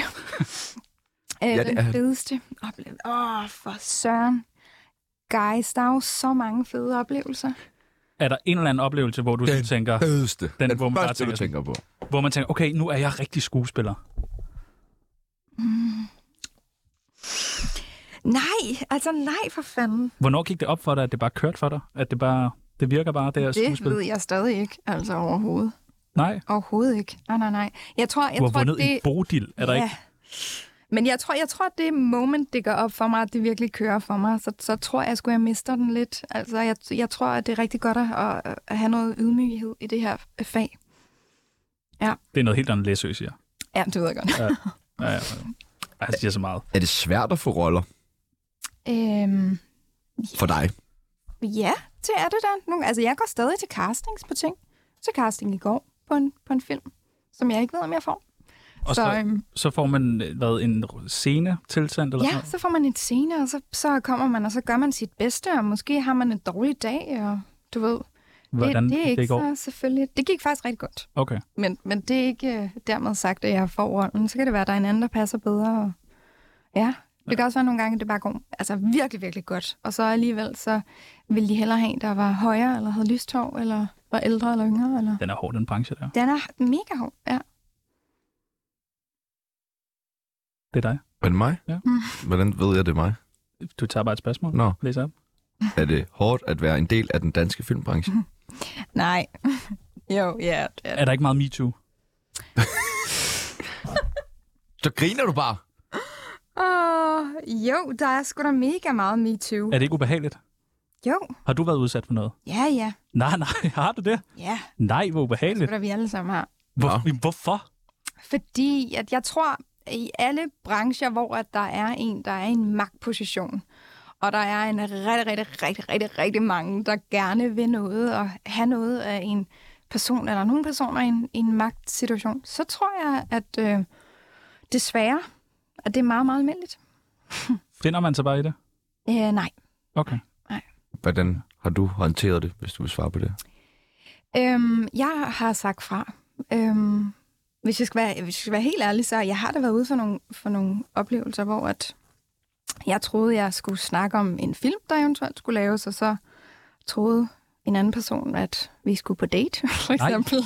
Speaker 1: Ja,
Speaker 5: ja,
Speaker 1: det
Speaker 5: den
Speaker 1: er-
Speaker 5: fedeste oplevelse. Åh, oh, for søren. Guys, der er jo så mange fede oplevelser.
Speaker 4: Er der en eller anden oplevelse, hvor du
Speaker 1: Den-
Speaker 4: tænker,
Speaker 1: Fedeste. Den,
Speaker 4: Den, hvor man bare
Speaker 1: første, du
Speaker 4: tænker sådan-
Speaker 1: tænker på.
Speaker 4: hvor man tænker, okay, nu er jeg rigtig skuespiller?
Speaker 5: Nej, altså nej for fanden.
Speaker 4: Hvornår gik det op for dig, at det bare kørte for dig? At det bare det virker bare, det her
Speaker 5: Det
Speaker 4: skuespil?
Speaker 5: ved jeg stadig ikke, altså overhovedet.
Speaker 4: Nej,
Speaker 5: Overhovedet ikke. Nej, nej, nej. Jeg tror, jeg
Speaker 4: du har
Speaker 5: tror,
Speaker 4: vundet
Speaker 5: det...
Speaker 4: en bodil, er der
Speaker 5: ja.
Speaker 4: ikke?
Speaker 5: Men jeg tror, jeg tror, at det moment, det går op for mig, at det virkelig kører for mig, så, så tror jeg, at jeg mister den lidt. Altså, jeg, jeg tror, at det er rigtig godt at, at- at have noget ydmyghed i det her fag.
Speaker 4: Det er noget helt andet, Læsø siger.
Speaker 5: Ja, det ved jeg godt.
Speaker 4: Ja, ja, ja. Ej, Han siger så meget.
Speaker 1: Er det svært at få roller
Speaker 5: Øhm,
Speaker 1: for dig?
Speaker 5: ja, det er det da. Nogle, altså, jeg går stadig til castings på ting. Til casting i går på en, på en film, som jeg ikke ved, om jeg får.
Speaker 4: Og
Speaker 5: så,
Speaker 4: så,
Speaker 5: øhm,
Speaker 4: så får man øh, hvad, en scene tilsendt? Eller
Speaker 5: øh, ja,
Speaker 4: sådan
Speaker 5: så får man en scene, og så, så kommer man, og så gør man sit bedste, og måske har man en dårlig dag, og du ved,
Speaker 4: noget? Hvordan
Speaker 5: det, det er ikke
Speaker 4: går?
Speaker 5: så selvfølgelig. Det gik faktisk rigtig godt.
Speaker 4: Okay.
Speaker 5: Men, men det er ikke øh, dermed sagt, at jeg får rollen. Så kan det være, at der er en anden, der passer bedre. Og... Ja, det kan også være nogle gange, at det bare går altså, virkelig, virkelig godt. Og så alligevel, så ville de hellere have en, der var højere, eller havde lyst hår, eller var ældre eller yngre. Eller...
Speaker 4: Den er hård, den branche der.
Speaker 5: Den er mega hård, ja.
Speaker 4: Det er dig.
Speaker 1: Er det mig?
Speaker 4: Ja.
Speaker 1: Hvordan ved jeg, det er mig?
Speaker 4: Du tager bare et spørgsmål.
Speaker 1: Nå.
Speaker 4: Læs op.
Speaker 1: Er det hårdt at være en del af den danske filmbranche?
Speaker 5: Nej. jo, ja. ja.
Speaker 4: Er der ikke meget MeToo?
Speaker 1: Så griner du bare.
Speaker 5: Åh, jo, der er sgu da mega meget MeToo.
Speaker 4: Er det ikke ubehageligt?
Speaker 5: Jo,
Speaker 4: Har du været udsat for noget?
Speaker 5: ja, ja.
Speaker 4: Nej, nej, har du det?
Speaker 5: Ja,
Speaker 4: Nej, hvor
Speaker 5: det
Speaker 4: ubehageligt.
Speaker 5: er vi alle sammen har.
Speaker 4: Hvor,
Speaker 1: Nå.
Speaker 4: hvorfor?
Speaker 5: Fordi at jeg tror, at i alle brancher, hvor at der er en, der er i en magtposition, og der er en rigtig, rigtig, rigtig, rigtig, rigtig mange, der gerne vil noget og have noget af en person eller nogle personer i en, i en magtsituation, så tror jeg, at øh, desværre, at det er meget, meget almindeligt.
Speaker 4: Finder man sig bare i det?
Speaker 5: Øh, nej.
Speaker 4: Okay.
Speaker 1: Hvordan har du håndteret det, hvis du vil svare på det?
Speaker 5: Øhm, jeg har sagt fra. Øhm, hvis, jeg skal være, hvis jeg skal være helt ærlig, så jeg har da været ude for nogle, for nogle oplevelser, hvor at jeg troede, jeg skulle snakke om en film, der eventuelt skulle laves, og så troede en anden person, at vi skulle på date, for
Speaker 4: Nej.
Speaker 5: eksempel.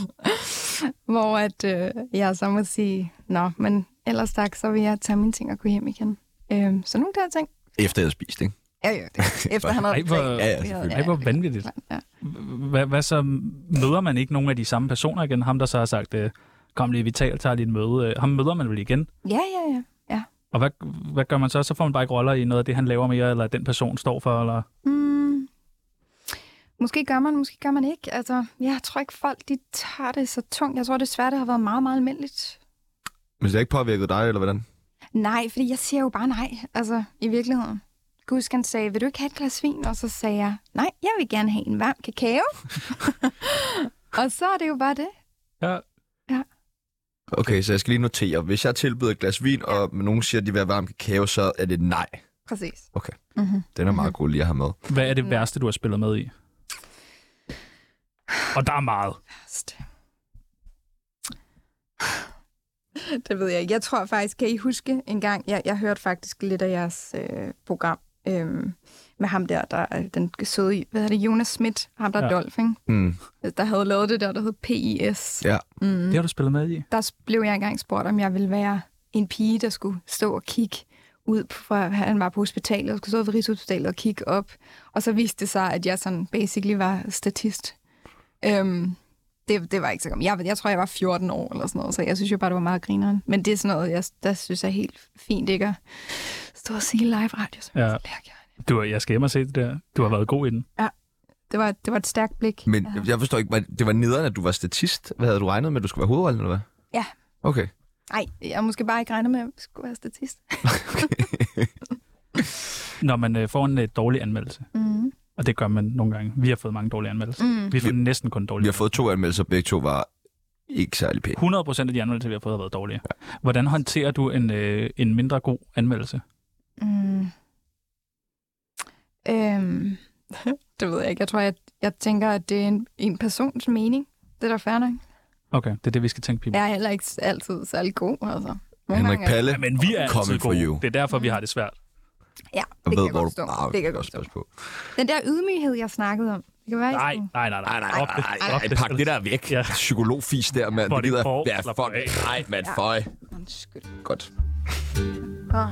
Speaker 5: hvor at, øh, jeg så må sige, nå, men ellers tak, så vil jeg tage mine ting og gå hjem igen. Øhm, så nogle der ting.
Speaker 1: Efter jeg har spist, ikke?
Speaker 5: Ja, ja, det, efter han havde
Speaker 4: Ej, hvor,
Speaker 1: Ja, ja,
Speaker 5: Ja,
Speaker 1: selvfølgelig.
Speaker 4: ej, hvor vanvittigt.
Speaker 5: ja.
Speaker 4: Hvad, hvad så? Møder man ikke nogen af de samme personer igen? Ham, der så har sagt, øh, kom lige, vi tager, tager lige et møde. Øh, Ham møder man vel igen?
Speaker 5: ja, ja, ja.
Speaker 4: Og hvad, hvad gør man så? Så får man bare ikke roller i noget af det, han laver mere, eller den person står for, eller...
Speaker 5: Mm. Måske gør man, måske gør man ikke. Altså, jeg tror ikke, folk de tager det så tungt. Jeg tror desværre, det har været meget, meget almindeligt.
Speaker 1: Men det har ikke påvirket dig, eller hvordan?
Speaker 5: Nej, fordi jeg siger jo bare nej, altså i virkeligheden. Gud, han sagde, vil du ikke have et glas vin? Og så sagde jeg, nej, jeg vil gerne have en varm kakao. og så er det jo bare det.
Speaker 4: Ja.
Speaker 1: Okay, så jeg skal lige notere. Hvis jeg tilbyder et glas vin, og nogen siger, at de vil have varm kakao, så er det nej.
Speaker 5: Præcis.
Speaker 1: Okay.
Speaker 5: Mm-hmm.
Speaker 1: Den er meget god lige at have med.
Speaker 4: Hvad
Speaker 5: Mm.
Speaker 4: er det værste, du har spillet med i? Og der er meget.
Speaker 5: Det ved jeg ikke. Jeg tror faktisk, kan I huske en gang, jeg, jeg hørte faktisk lidt af jeres øh, program øh, med ham der, der er den søde, hvad hedder det, Jonas Schmidt, ham der
Speaker 4: Ja.
Speaker 5: ja. Dolph, ikke?
Speaker 1: Mm.
Speaker 5: der havde lavet det der, der hed PIS.
Speaker 1: Ja.
Speaker 5: Mm.
Speaker 4: Det har du spillet med i.
Speaker 5: Der blev jeg engang spurgt, om jeg ville være en pige, der skulle stå og kigge ud fra, han var på hospitalet, og skulle stå ved Rigshospitalet og kigge op. Og så viste det sig, at jeg sådan basically var statist. Øhm, det, det var ikke så godt. Jeg, jeg tror, jeg var 14 år eller sådan noget, så jeg synes jo bare, det var meget grineren. Men det er sådan noget, jeg, der synes er helt fint ikke at stå og sige live radio, som
Speaker 4: Ja.
Speaker 5: ja. jeg lærer gerne.
Speaker 4: Du, jeg skal hjem og se det der. Du har været god i den.
Speaker 5: Det var, det var et stærkt blik.
Speaker 1: Men ja. jeg forstår ikke, var- det var nederen, at du var statist. Hvad havde du regnet med, at du skulle være hovedrollen, eller hvad?
Speaker 5: Ja.
Speaker 1: Okay.
Speaker 5: Nej, jeg har måske bare ikke regnet med, at jeg skulle være statist.
Speaker 4: Når man øh, får en øh, dårlig anmeldelse,
Speaker 5: Mm.
Speaker 4: og det gør man nogle gange. Vi har fået mange dårlige anmeldelser.
Speaker 5: Mm.
Speaker 4: Vi har fået næsten kun
Speaker 1: Vi
Speaker 4: dårlige.
Speaker 1: har fået to anmeldelser, begge to var ikke særlig pæne.
Speaker 4: 100 procent af de anmeldelser, vi har fået, har været dårlige. Hvordan håndterer du en, øh, en mindre god anmeldelse?
Speaker 5: Mm. Øhm, det ved jeg ikke. Jeg tror, jeg, jeg tænker, at det er en, en persons mening. Det er da fair nok.
Speaker 4: Okay, det er det, vi skal tænke på.
Speaker 5: Jeg er heller ikke altid særlig god, altså. Nogle
Speaker 1: Henrik
Speaker 5: gange er-
Speaker 1: Palle,
Speaker 4: Ja, men vi er altid
Speaker 1: Coming for you.
Speaker 4: gode. Det er derfor, vi har det svært.
Speaker 5: Ja,
Speaker 1: Jeg
Speaker 5: det
Speaker 1: ved,
Speaker 5: kan jeg
Speaker 1: hvor
Speaker 5: godt
Speaker 1: du... Ah,
Speaker 5: forstå. Det kan jeg
Speaker 1: jeg
Speaker 5: godt
Speaker 1: også
Speaker 5: forstå.
Speaker 1: passe på.
Speaker 5: Den der ydmyghed, jeg snakkede om. Det kan være, I
Speaker 4: Nej,
Speaker 5: sådan-
Speaker 4: nej, nej.
Speaker 1: Nej, nej,
Speaker 4: Op det.
Speaker 1: nej, nej,
Speaker 4: Op
Speaker 1: nej, pak det der væk.
Speaker 4: Ja.
Speaker 1: Ja. Psykologfis der, mand.
Speaker 4: Hvor
Speaker 1: Det
Speaker 4: det
Speaker 1: gider
Speaker 4: går,
Speaker 1: Ja,
Speaker 4: slap
Speaker 1: fuck.
Speaker 4: af.
Speaker 1: Nej, mand, føj.
Speaker 5: Undskyld.
Speaker 1: Godt.
Speaker 5: Åh.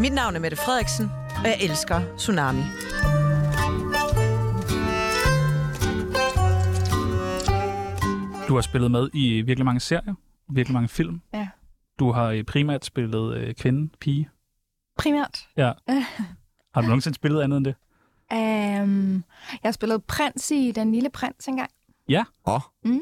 Speaker 3: Mit navn er Mette Frederiksen, og jeg elsker Tsunami.
Speaker 4: Du har spillet med i virkelig mange serier, virkelig mange film.
Speaker 5: Ja.
Speaker 4: Du har øh, primært spillet øh, kvinde, pige.
Speaker 5: Primært.
Speaker 4: Har du nogensinde spillet andet end det?
Speaker 5: Um, jeg spillede prins i Den Lille Prins engang.
Speaker 1: Åh,
Speaker 5: Mm.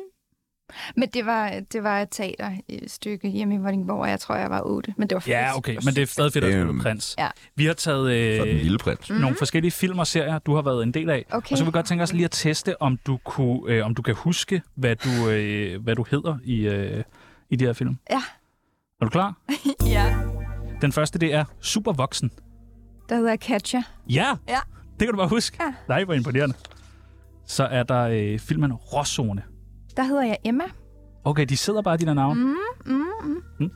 Speaker 5: Men det var, det var et teaterstykke hjemme i Vordingborg, og jeg tror, jeg var otte. Men det var
Speaker 4: Ja,
Speaker 5: fedt.
Speaker 4: okay, men det er stadig fedt at
Speaker 1: Øhm,
Speaker 4: spille prins.
Speaker 5: ja.
Speaker 4: Vi har taget
Speaker 1: for den
Speaker 4: øh,
Speaker 1: lille prins.
Speaker 4: nogle forskellige film og serier, du har været en del af.
Speaker 5: Mhm. Okay.
Speaker 4: Og så vil vi godt tænke os lige at teste, om du, kunne, øh, om du kan huske, hvad du, øh, hvad du hedder i, øh, i de her film.
Speaker 5: Ja.
Speaker 4: Er du klar?
Speaker 5: Ja.
Speaker 4: Den første, det er Supervoksen.
Speaker 5: Der hedder Katja.
Speaker 4: Ja!
Speaker 5: Ja.
Speaker 4: Det kan du bare huske.
Speaker 5: Ja.
Speaker 4: Nej, hvor imponerende. Så er der øh, filmen Råzone.
Speaker 5: Der hedder jeg Emma.
Speaker 4: Okay, de sidder bare i dine navne.
Speaker 5: Mm, mm, mm.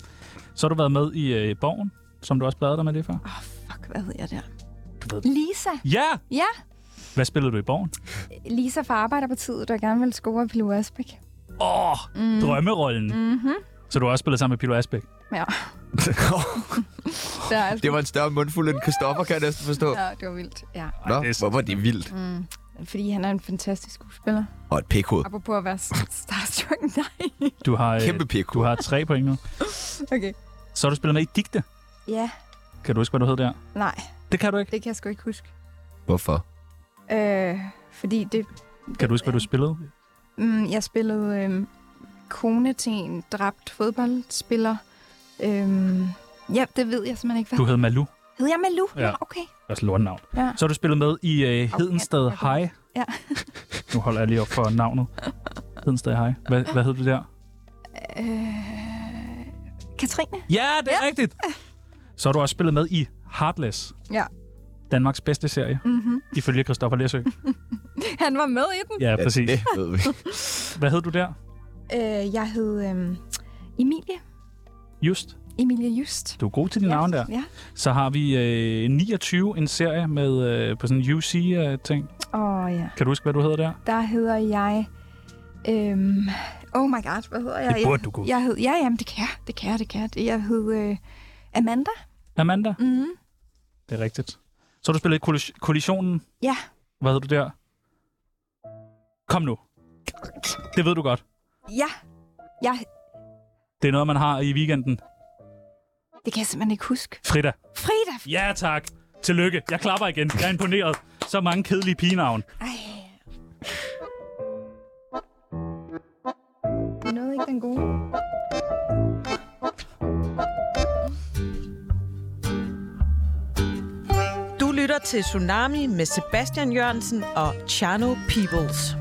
Speaker 4: Så har du været med i øh, Borgen, som du også bladrede dig med lige før.
Speaker 5: Åh, oh, fuck, hvad hed jeg der?
Speaker 4: Du ved-
Speaker 5: Lisa.
Speaker 4: Ja!
Speaker 5: Ja,
Speaker 4: Hvad spillede du i Borgen?
Speaker 5: Lisa fra Arbejderpartiet, der gerne ville score Pilo Asbæk.
Speaker 4: Åh, oh, mm. drømmerollen.
Speaker 5: Mhm.
Speaker 4: Så du har også spillet sammen med Pilo Asbæk.
Speaker 5: Ja, der er altså...
Speaker 1: det var en større mundfuld end Christoffer, kan jeg næsten forstå.
Speaker 5: Ja, det var vildt. Ja.
Speaker 1: Nå,
Speaker 4: det er så-
Speaker 1: hvor var det vildt.
Speaker 5: Mm. Fordi han er en fantastisk skuespiller.
Speaker 1: Og et pikhoved.
Speaker 5: Apropos at være starstruck. Nej.
Speaker 4: Du har, øh,
Speaker 1: Kæmpe pikhoved.
Speaker 4: du har tre point nu.
Speaker 5: Okay.
Speaker 4: Så har du spillet med i Digte.
Speaker 5: Ja,
Speaker 4: Kan du huske, hvad du hed der?
Speaker 5: nej,
Speaker 4: Det kan du ikke.
Speaker 5: det kan jeg sgu ikke huske.
Speaker 1: Hvorfor?
Speaker 5: Øh, fordi det...
Speaker 4: Kan du huske, hvad du spillede?
Speaker 5: Mm, jeg spillede øhm, kone til en dræbt fodboldspiller. Øhm, ja, det ved jeg simpelthen ikke. Hvad
Speaker 4: Du hed Malu.
Speaker 5: hed jeg Malou?
Speaker 4: Ja.
Speaker 5: Nå, okay.
Speaker 4: Også lortenavn.
Speaker 5: Ja.
Speaker 4: Så har du spillet med i øh, Hedensted
Speaker 5: Okay.
Speaker 4: High.
Speaker 5: Ja.
Speaker 4: nu holder jeg lige op for navnet. Hedensted High. Hvad, hvad hed du der?
Speaker 5: Øh, Katrine?
Speaker 4: Ja, det er ja. rigtigt. Så har du også spillet med i Heartless.
Speaker 5: Ja.
Speaker 4: Danmarks bedste serie,
Speaker 5: Mm-hmm.
Speaker 4: ifølge Christoffer Læsø.
Speaker 5: Han var med i den.
Speaker 4: Ja, præcis.
Speaker 1: Det ved vi.
Speaker 4: Hvad hed du der?
Speaker 5: Øh, jeg hed øhm, Emilie.
Speaker 4: Just.
Speaker 5: Emilie Just.
Speaker 4: Du er god til dine
Speaker 5: Ja.
Speaker 4: navn der.
Speaker 5: Ja.
Speaker 4: Så har vi øh, 29, en serie med øh, på sådan en UC-ting.
Speaker 5: Åh ja.
Speaker 4: kan du huske, hvad du hedder der?
Speaker 5: Der hedder jeg... Øhm, oh my god, hvad hedder jeg?
Speaker 4: Det burde du kunne.
Speaker 5: Jeg, jeg hed, ja, jamen, det kan jeg. Det kan jeg, det kan jeg. Jeg hed øh, Amanda.
Speaker 4: Amanda,
Speaker 5: Mm.
Speaker 4: det er rigtigt. Så har du spillet i kollis- Kollisionen.
Speaker 5: Ja.
Speaker 4: Hvad hed du der? Kom nu. Det ved du godt.
Speaker 5: Ja. Jeg,
Speaker 4: Det er noget, man har i weekenden.
Speaker 5: det kan jeg simpelthen ikke huske.
Speaker 4: Frida.
Speaker 5: Frida!
Speaker 4: Ja, tak. Tillykke. Jeg klapper igen. Jeg er imponeret. Så mange kedelige pigenavn.
Speaker 5: Ej. Du nåede ikke den gode.
Speaker 3: Du lytter til Tsunami med Sebastian Jørgensen og Chano Peoples.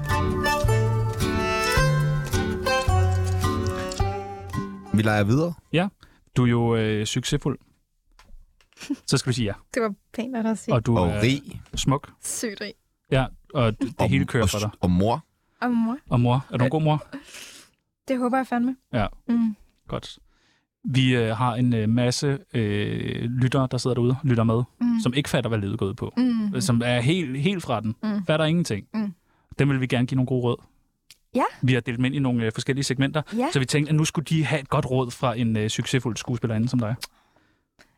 Speaker 1: Vi leger videre.
Speaker 4: Ja, du er jo øh, succesfuld. Så skal du sige ja.
Speaker 5: Det var pænt af dig at sige.
Speaker 4: Og du
Speaker 1: Og
Speaker 4: er
Speaker 1: rig.
Speaker 4: smuk.
Speaker 5: Sygt rig.
Speaker 4: Ja, og det,
Speaker 1: og,
Speaker 4: det hele kører
Speaker 1: og,
Speaker 4: for dig.
Speaker 1: Og mor.
Speaker 5: Og mor.
Speaker 4: Og mor. Er du en god mor?
Speaker 5: Det håber jeg fandme.
Speaker 4: Ja.
Speaker 5: Mm.
Speaker 4: Godt. Vi øh, har en øh, masse øh, lyttere, der sidder derude lytter med, mm. som ikke fatter, hvad livet går ud på.
Speaker 5: Mm.
Speaker 4: Mm. Som er helt, helt fra den. Mm.
Speaker 5: Mm.
Speaker 4: Fatter ingenting.
Speaker 5: Mm.
Speaker 4: Dem vil vi gerne give nogle gode råd.
Speaker 5: Ja.
Speaker 4: Vi har delt dem ind i nogle øh, forskellige segmenter,
Speaker 5: Ja.
Speaker 4: så vi tænkte, at nu skulle de have et godt råd fra en øh, succesfuld skuespillerinde som dig.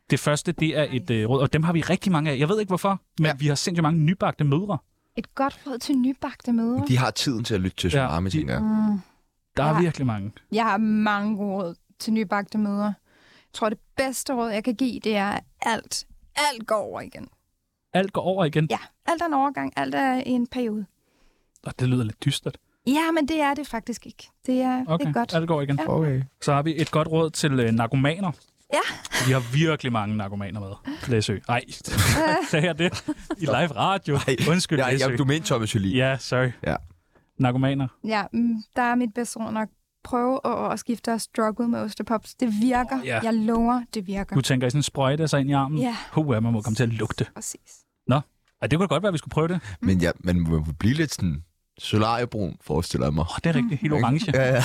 Speaker 4: Det første, det er et øh, råd, og dem har vi rigtig mange af. Jeg ved ikke hvorfor, men ja. vi har sindssygt mange nybagte mødre.
Speaker 5: Et godt råd til nybagte mødre.
Speaker 1: De har tiden til at lytte til
Speaker 4: Ja,
Speaker 1: Tsunami,
Speaker 4: de-
Speaker 1: tænker jeg.
Speaker 5: Mm.
Speaker 4: Der er
Speaker 5: Ja.
Speaker 4: virkelig mange.
Speaker 5: Jeg har mange gode råd til nybagte mødre. tror, det bedste råd, jeg kan give, det er, at alt, alt går over igen.
Speaker 4: Alt går over igen.
Speaker 5: Ja, alt er en overgang, alt er en periode.
Speaker 4: Og det lyder lidt dystert.
Speaker 5: Ja, men det er det faktisk ikke. Det er, okay. det er godt.
Speaker 4: alt går igen.
Speaker 1: Okay.
Speaker 4: Så har vi et godt råd til øh, narkomaner.
Speaker 5: Ja.
Speaker 4: Vi har virkelig mange narkomaner med. Læsø. Nej, sagde jeg det i live radio?
Speaker 1: Ej,
Speaker 4: Undskyld,
Speaker 1: Ja,
Speaker 4: Læsø.
Speaker 1: ja, du mente Thomas Jolien.
Speaker 4: Ja, sorry.
Speaker 1: Ja.
Speaker 4: Narkomaner.
Speaker 5: Ja, mm, der er mit bedste råd nok. Prøv at, at skifte og struggle med ostepops. Det virker.
Speaker 4: Åh, ja.
Speaker 5: Jeg lover, det virker.
Speaker 4: Du tænker i sådan en sprøjte sig ind i armen.
Speaker 5: Ja.
Speaker 4: Huh, man må komme til at lugte.
Speaker 5: Præcis.
Speaker 4: Ej, det kunne da godt være, at vi skulle prøve det.
Speaker 1: Men ja, man må blive lidt sådan solariebrun, forestiller jeg mig.
Speaker 4: Åh, oh, det er rigtigt. Helt orange.
Speaker 1: Ja, ja.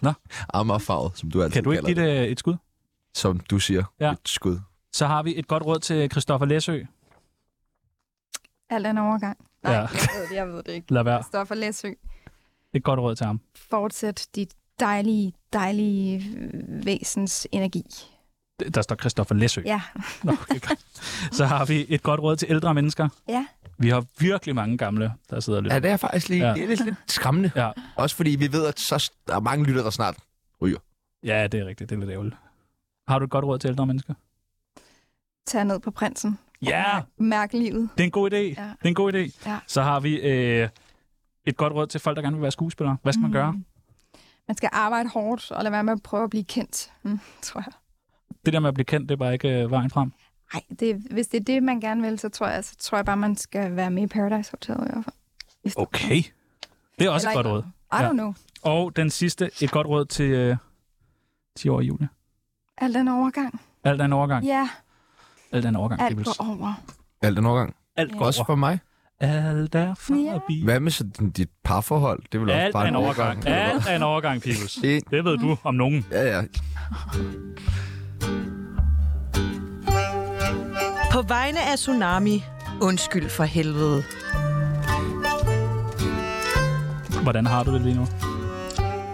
Speaker 4: Nå.
Speaker 1: Amagerfarvet, som du altid
Speaker 4: Kan du ikke
Speaker 1: kalder
Speaker 4: give
Speaker 1: det.
Speaker 4: det et skud?
Speaker 1: Som du siger.
Speaker 4: Ja.
Speaker 1: Et skud.
Speaker 4: Så har vi et godt råd til Christoffer Læsø.
Speaker 5: Alt er en overgang. Nej,
Speaker 4: Ja.
Speaker 5: jeg ved det, jeg ved det ikke.
Speaker 4: Lad være.
Speaker 5: Stoffer Læsø.
Speaker 4: Et godt råd til ham.
Speaker 5: Fortsæt dit dejlige, dejlige øh, væsens energi.
Speaker 4: D- Der står Christoffer Læsø.
Speaker 5: Ja,
Speaker 4: Nå, okay, godt. Så har vi et godt råd til ældre mennesker.
Speaker 5: Ja.
Speaker 4: Vi har virkelig mange gamle, der sidder og lytter.
Speaker 1: Ja, det er faktisk lige
Speaker 4: Ja.
Speaker 1: ja. det er lidt, lidt skræmmende.
Speaker 4: Ja.
Speaker 1: Også fordi vi ved, at så, der er mange lytter, der snart
Speaker 4: Ja, det er rigtigt. Det er lidt ærgerligt. Har du et godt råd til ældre mennesker?
Speaker 5: tag ned på prinsen.
Speaker 4: Ja,
Speaker 5: Mærk livet.
Speaker 4: det er en god idé.
Speaker 5: Ja.
Speaker 4: Det er en god idé.
Speaker 5: Ja.
Speaker 4: Så har vi øh, et godt råd til folk, der gerne vil være skuespillere. Hvad skal man gøre?
Speaker 5: Mm. Man skal arbejde hårdt og lade være med at prøve at blive kendt, mm, tror jeg.
Speaker 4: Det der med at blive kendt, det er bare ikke øh, vejen frem.
Speaker 5: Nej, det, hvis det er det, man gerne vil, så tror jeg, så tror jeg bare, man skal være med i Paradise Hotel i hvert fald. Hvis der-
Speaker 4: Okay. Det er også et
Speaker 5: Eller-
Speaker 4: godt råd.
Speaker 5: I
Speaker 4: Ja.
Speaker 5: don't know.
Speaker 4: Og den sidste, et godt råd til øh, 10 år i juli.
Speaker 5: Alt er en overgang.
Speaker 4: Alt er en overgang.
Speaker 5: Ja,
Speaker 4: Alt er en overgang.
Speaker 5: alt
Speaker 4: det vil-
Speaker 5: går over.
Speaker 1: Alt den overgang.
Speaker 4: alt går
Speaker 1: Også
Speaker 4: over.
Speaker 1: for mig.
Speaker 4: Alt er forbi.
Speaker 1: Hvad med sådan dit parforhold? Det vil også
Speaker 4: Alt
Speaker 1: bare
Speaker 4: er en overgang.
Speaker 1: Det er
Speaker 4: Alt er en overgang, Pibels.
Speaker 1: Det-
Speaker 4: Det ved du om nogen.
Speaker 1: godt. Ja, ja.
Speaker 3: På vegne af Tsunami, undskyld for helvede.
Speaker 4: Hvordan har du det lige nu?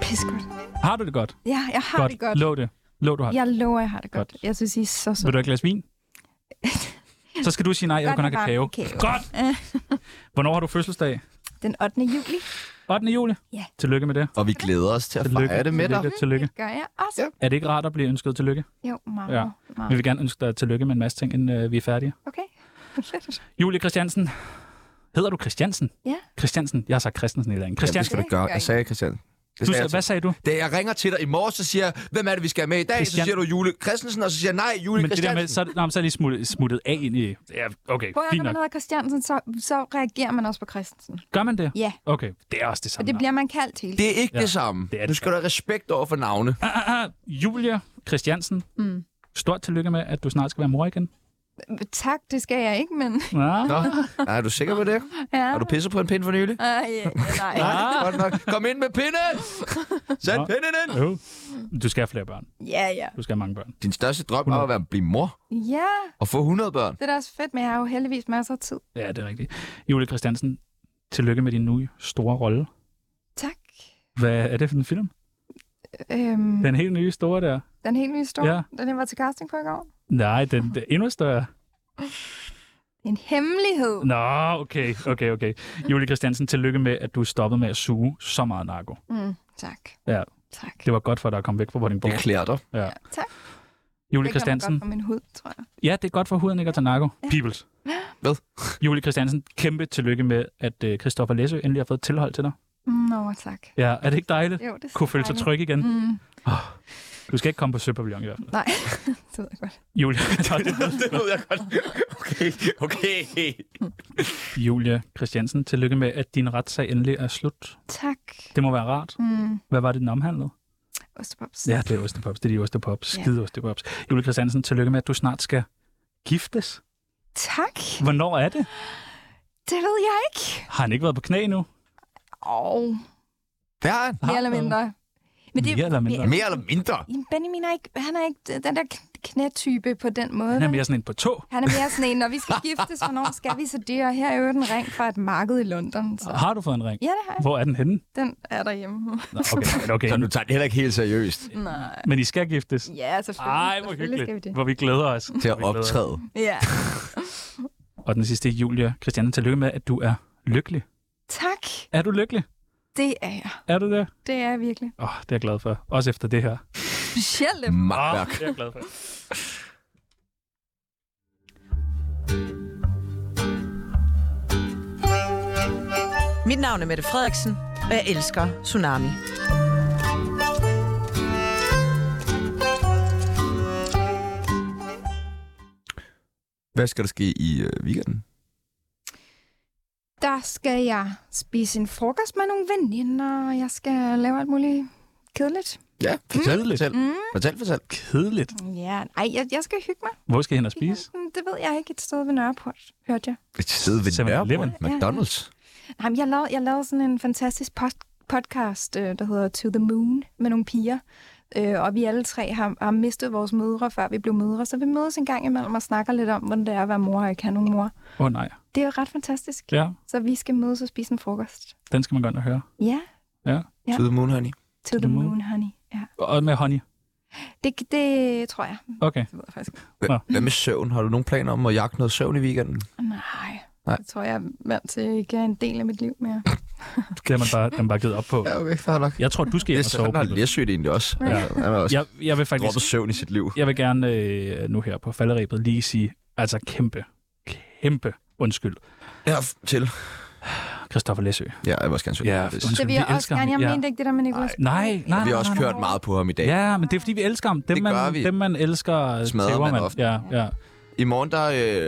Speaker 5: Pis godt.
Speaker 4: Har du det godt?
Speaker 5: Ja, jeg har godt. det godt.
Speaker 4: Lov det. Lov, du har det.
Speaker 5: Jeg lover, jeg har det godt.
Speaker 4: Godt.
Speaker 5: Jeg synes, I er så søde.
Speaker 4: Vil du have et glas vin? Så skal du sige nej, jeg vil
Speaker 5: Godt
Speaker 4: kun have
Speaker 5: nok
Speaker 4: kakao.
Speaker 5: varm kakao.
Speaker 4: Godt! Hvornår har du fødselsdag?
Speaker 5: Den 8. juli.
Speaker 4: 8. juli?
Speaker 5: Ja.
Speaker 4: Tillykke med det.
Speaker 1: Og vi glæder os til at
Speaker 4: Tillykke.
Speaker 1: fejre det med dig.
Speaker 4: tillykke, tillykke.
Speaker 5: Det gør jeg også.
Speaker 1: Ja.
Speaker 5: Ja.
Speaker 4: Er det ikke rart at blive ønsket tillykke?
Speaker 5: Jo, meget.
Speaker 4: Ja.
Speaker 5: Ja.
Speaker 4: Vi
Speaker 5: meget.
Speaker 4: vil gerne ønske dig tillykke med en masse ting, inden øh, vi er færdige.
Speaker 5: Okay.
Speaker 4: Julie Christiansen. Hedder du Christiansen?
Speaker 5: Ja.
Speaker 4: Christiansen. Jeg har sagt Christensen i dag.
Speaker 1: Ja, det
Speaker 4: Christiansen.
Speaker 1: skal du gøre. Jeg sagde Christian. Det
Speaker 4: Du,
Speaker 1: sagde
Speaker 4: sagde-
Speaker 1: jeg
Speaker 4: hvad
Speaker 1: til-
Speaker 4: sagde du?
Speaker 1: da jeg ringer til dig i morges, så siger jeg, hvem er det, vi skal have med i dag?
Speaker 4: Christian-
Speaker 1: Så siger du Jule Christensen, og så siger jeg, nej, Jule
Speaker 4: Men det der
Speaker 1: Christiansen.
Speaker 4: med, så, nå, men så er de smuttet, smuttet af ind i... Ja, okay,
Speaker 5: Prøv at høre,
Speaker 4: fint
Speaker 5: når man
Speaker 4: nok.
Speaker 5: hedder Christiansen, så, så reagerer man også på Christensen.
Speaker 4: Gør man det?
Speaker 5: Ja,
Speaker 4: Okay, det er også det
Speaker 5: og
Speaker 4: samme.
Speaker 5: det
Speaker 4: navn.
Speaker 5: bliver man kaldt hele.
Speaker 1: Det er ikke
Speaker 4: Ja,
Speaker 1: ja, det samme.
Speaker 4: det er
Speaker 1: Det
Speaker 4: det
Speaker 1: du skal have respekt over for navne.
Speaker 4: Ah, ah, ah. Julia Christiansen.
Speaker 5: Mm.
Speaker 4: Stort tillykke med, at du snart skal være mor igen.
Speaker 5: Tak, det skal jeg ikke, men...
Speaker 4: Ja.
Speaker 1: Nå, er du sikker på det?
Speaker 5: Ja.
Speaker 1: Har du pisset på en pind for nylig?
Speaker 5: Ej, ja, nej.
Speaker 1: Nej, godt nok. Kom ind med pinden! Sæt
Speaker 4: Nå.
Speaker 1: pinden ind!
Speaker 4: Jo. Du skal have flere børn.
Speaker 5: Ja, ja.
Speaker 4: Du skal have mange børn.
Speaker 1: Din største drøm er at være, blive mor
Speaker 5: Ja,
Speaker 1: og få 100 børn.
Speaker 5: det er da også fedt, men jeg har jo heldigvis masser af tid.
Speaker 4: Ja, det er rigtigt. Julie Christiansen, tillykke med din nye store rolle.
Speaker 5: Tak.
Speaker 4: Hvad er det for en film?
Speaker 5: Øhm, den.
Speaker 4: Den helt nye store der.
Speaker 5: den helt nye store,
Speaker 4: Ja.
Speaker 5: ja. den jeg var til casting på i går.
Speaker 4: Nej, den, den er endnu større.
Speaker 5: En hemmelighed.
Speaker 4: Nå, okay, okay, okay. Julie Christiansen, tillykke med, at du stoppede med at suge så meget narko.
Speaker 5: Mm, tak.
Speaker 4: Ja.
Speaker 5: Tak.
Speaker 4: Det var godt for dig at komme væk fra Vordingborg.
Speaker 1: Det klæder dig.
Speaker 4: Ja. Julie
Speaker 5: tak. Det gør mig godt
Speaker 4: Christiansen,
Speaker 5: for min hud, tror jeg.
Speaker 4: ja, det er godt for huden ikke at tage narko. Peoples.
Speaker 1: Hvad?
Speaker 4: Julie Christiansen, kæmpe tillykke med, at øh, Christoffer Læsø endelig har fået tilhold til dig.
Speaker 5: Mm, Nå, tak.
Speaker 4: Ja, er det ikke dejligt?
Speaker 5: Jo, det er så
Speaker 4: Kunne føle sig
Speaker 5: dejligt.
Speaker 4: tryg igen.
Speaker 5: Mm,
Speaker 4: Du skal ikke komme på Søpavillon i hvert fald.
Speaker 5: nej, det ved jeg godt.
Speaker 4: Julie, Nå, det ved
Speaker 1: Det ved jeg godt. Okay, okay.
Speaker 4: Julia Christiansen, tillykke med, at din retssag endelig er slut.
Speaker 5: Tak.
Speaker 4: Det må være rart.
Speaker 5: Mm,
Speaker 4: Hvad var det, den omhandlede?
Speaker 5: Ostepops.
Speaker 4: Ja, det er Ostepops. Det er de Ostepops.
Speaker 5: Ja.
Speaker 4: Skide Ostepops. Julia Christiansen, tillykke med, at du snart skal giftes.
Speaker 5: Tak.
Speaker 4: Hvornår er det?
Speaker 5: Det ved jeg ikke.
Speaker 4: Har han ikke været på knæ endnu?
Speaker 5: Åh, oh,
Speaker 1: Der er han.
Speaker 4: Har
Speaker 5: mere eller
Speaker 4: han?
Speaker 5: mindre. Men
Speaker 4: Mere eller mindre?
Speaker 5: Men,
Speaker 1: Mere eller mindre.
Speaker 5: Jamen, Benjamin er ikke, han er ikke den der kn- knætype på den måde.
Speaker 4: Han er mere sådan en på tå.
Speaker 5: han er mere sådan en, når vi skal giftes, hvornår skal vi så det? Og her er jo en ring fra et marked i London. Så.
Speaker 4: Har du fået en ring?
Speaker 5: Ja, det har jeg.
Speaker 4: Hvor er den henne?
Speaker 5: Den er derhjemme.
Speaker 4: Nå, okay, men okay.
Speaker 1: Så du tager det heller ikke helt seriøst
Speaker 5: Nej.
Speaker 4: Men I skal giftes?
Speaker 5: Ja, altså, selvfølgelig.
Speaker 4: Ej, hvor
Speaker 5: Selvfølgelig skal vi
Speaker 4: hyggeligt.
Speaker 5: det.
Speaker 4: Hvor vi glæder os.
Speaker 1: til at
Speaker 4: Hvor vi glæder os.
Speaker 1: optræde.
Speaker 5: Ja.
Speaker 4: Og den sidste, Julia Christiansen, tillykke med, at du er lykkelig.
Speaker 5: Tak.
Speaker 4: Er du lykkelig?
Speaker 5: Det er jeg.
Speaker 4: Er du det?
Speaker 5: Det er jeg virkelig.
Speaker 4: Åh, oh, det er jeg glad for. Også efter det her.
Speaker 5: specielle.
Speaker 1: Magtværk.
Speaker 4: det er jeg glad for.
Speaker 3: Mit navn er Mette Frederiksen, og jeg elsker Tsunami.
Speaker 1: Hvad skal der ske i øh, weekenden?
Speaker 5: Der skal jeg spise en frokost med nogle veninder, og jeg skal lave alt muligt kedeligt.
Speaker 1: Ja, fortæl, mm. fortæl,
Speaker 5: Mm.
Speaker 1: fortæl, fortæl.
Speaker 4: Kedeligt.
Speaker 5: Ja, ej, jeg, jeg skal hygge mig.
Speaker 4: Hvor skal I hen og spise?
Speaker 5: Ja, det ved jeg ikke et sted ved Nørreport, hørte jeg.
Speaker 1: Et sted ved
Speaker 4: 7-Eleven.
Speaker 1: Nørrebro. McDonald's.
Speaker 5: Nej, men jeg lavede, jeg lavede sådan en fantastisk pod- podcast, øh, der hedder To the Moon, med nogle piger. Øh, og vi alle tre har, har mistet vores mødre, før vi blev mødre. Så vi mødes en gang imellem og snakker lidt om, hvordan det er at være mor og ikke have nogen mor.
Speaker 4: Åh oh, nej.
Speaker 5: Det er jo ret fantastisk.
Speaker 4: Ja,
Speaker 5: Så vi skal mødes og spise en frokost.
Speaker 4: den skal man godt nok høre.
Speaker 5: Ja, Ja.
Speaker 1: To the moon, honey.
Speaker 5: To the Moon, honey. Ja.
Speaker 4: Og med honey.
Speaker 5: Det, det tror jeg.
Speaker 4: Okay.
Speaker 5: Det ved jeg faktisk. ikke.
Speaker 1: Hva-
Speaker 4: Nå.
Speaker 1: Hvad med søvn? Har du nogen planer om at jagte noget søvn i weekenden?
Speaker 5: Nej.
Speaker 1: Nej.
Speaker 5: Nej. Det tror jeg er vant til ikke er en del af mit liv mere.
Speaker 4: Det har man bare, den bare givet op på.
Speaker 1: okay, fair nok.
Speaker 4: Jeg tror, du skal
Speaker 1: Det
Speaker 4: hjem
Speaker 1: er
Speaker 4: og sove.
Speaker 1: sådan, har
Speaker 4: Pibel.
Speaker 1: Læsø det egentlig også.
Speaker 4: Ja.
Speaker 1: Altså, Han har også
Speaker 4: Jeg, jeg vil faktisk...
Speaker 1: droppet søvn i sit liv.
Speaker 4: Jeg vil gerne øh, nu her på falderæbet lige sige, altså kæmpe, kæmpe undskyld,
Speaker 1: Hertil.
Speaker 4: Christoffer Læsø.
Speaker 1: Ja, jeg vil også gerne søge.
Speaker 4: Ja,
Speaker 5: Så
Speaker 4: undskyld,
Speaker 5: vi, vi også
Speaker 4: elsker
Speaker 5: gerne.
Speaker 4: ham.
Speaker 5: Jeg
Speaker 4: ja.
Speaker 5: mente ikke det der med Nicolas.
Speaker 4: Nej, nej, nej,
Speaker 1: Vi har
Speaker 4: nej,
Speaker 1: også
Speaker 4: nej,
Speaker 1: kørt meget på ham i dag.
Speaker 4: Ja, men det er fordi, vi elsker ham. Dem,
Speaker 1: Det gør
Speaker 4: man,
Speaker 1: vi.
Speaker 4: Dem, man elsker, øh,
Speaker 1: Smadrer
Speaker 4: tæver
Speaker 1: man ofte.
Speaker 4: Ja, ja.
Speaker 1: I morgen der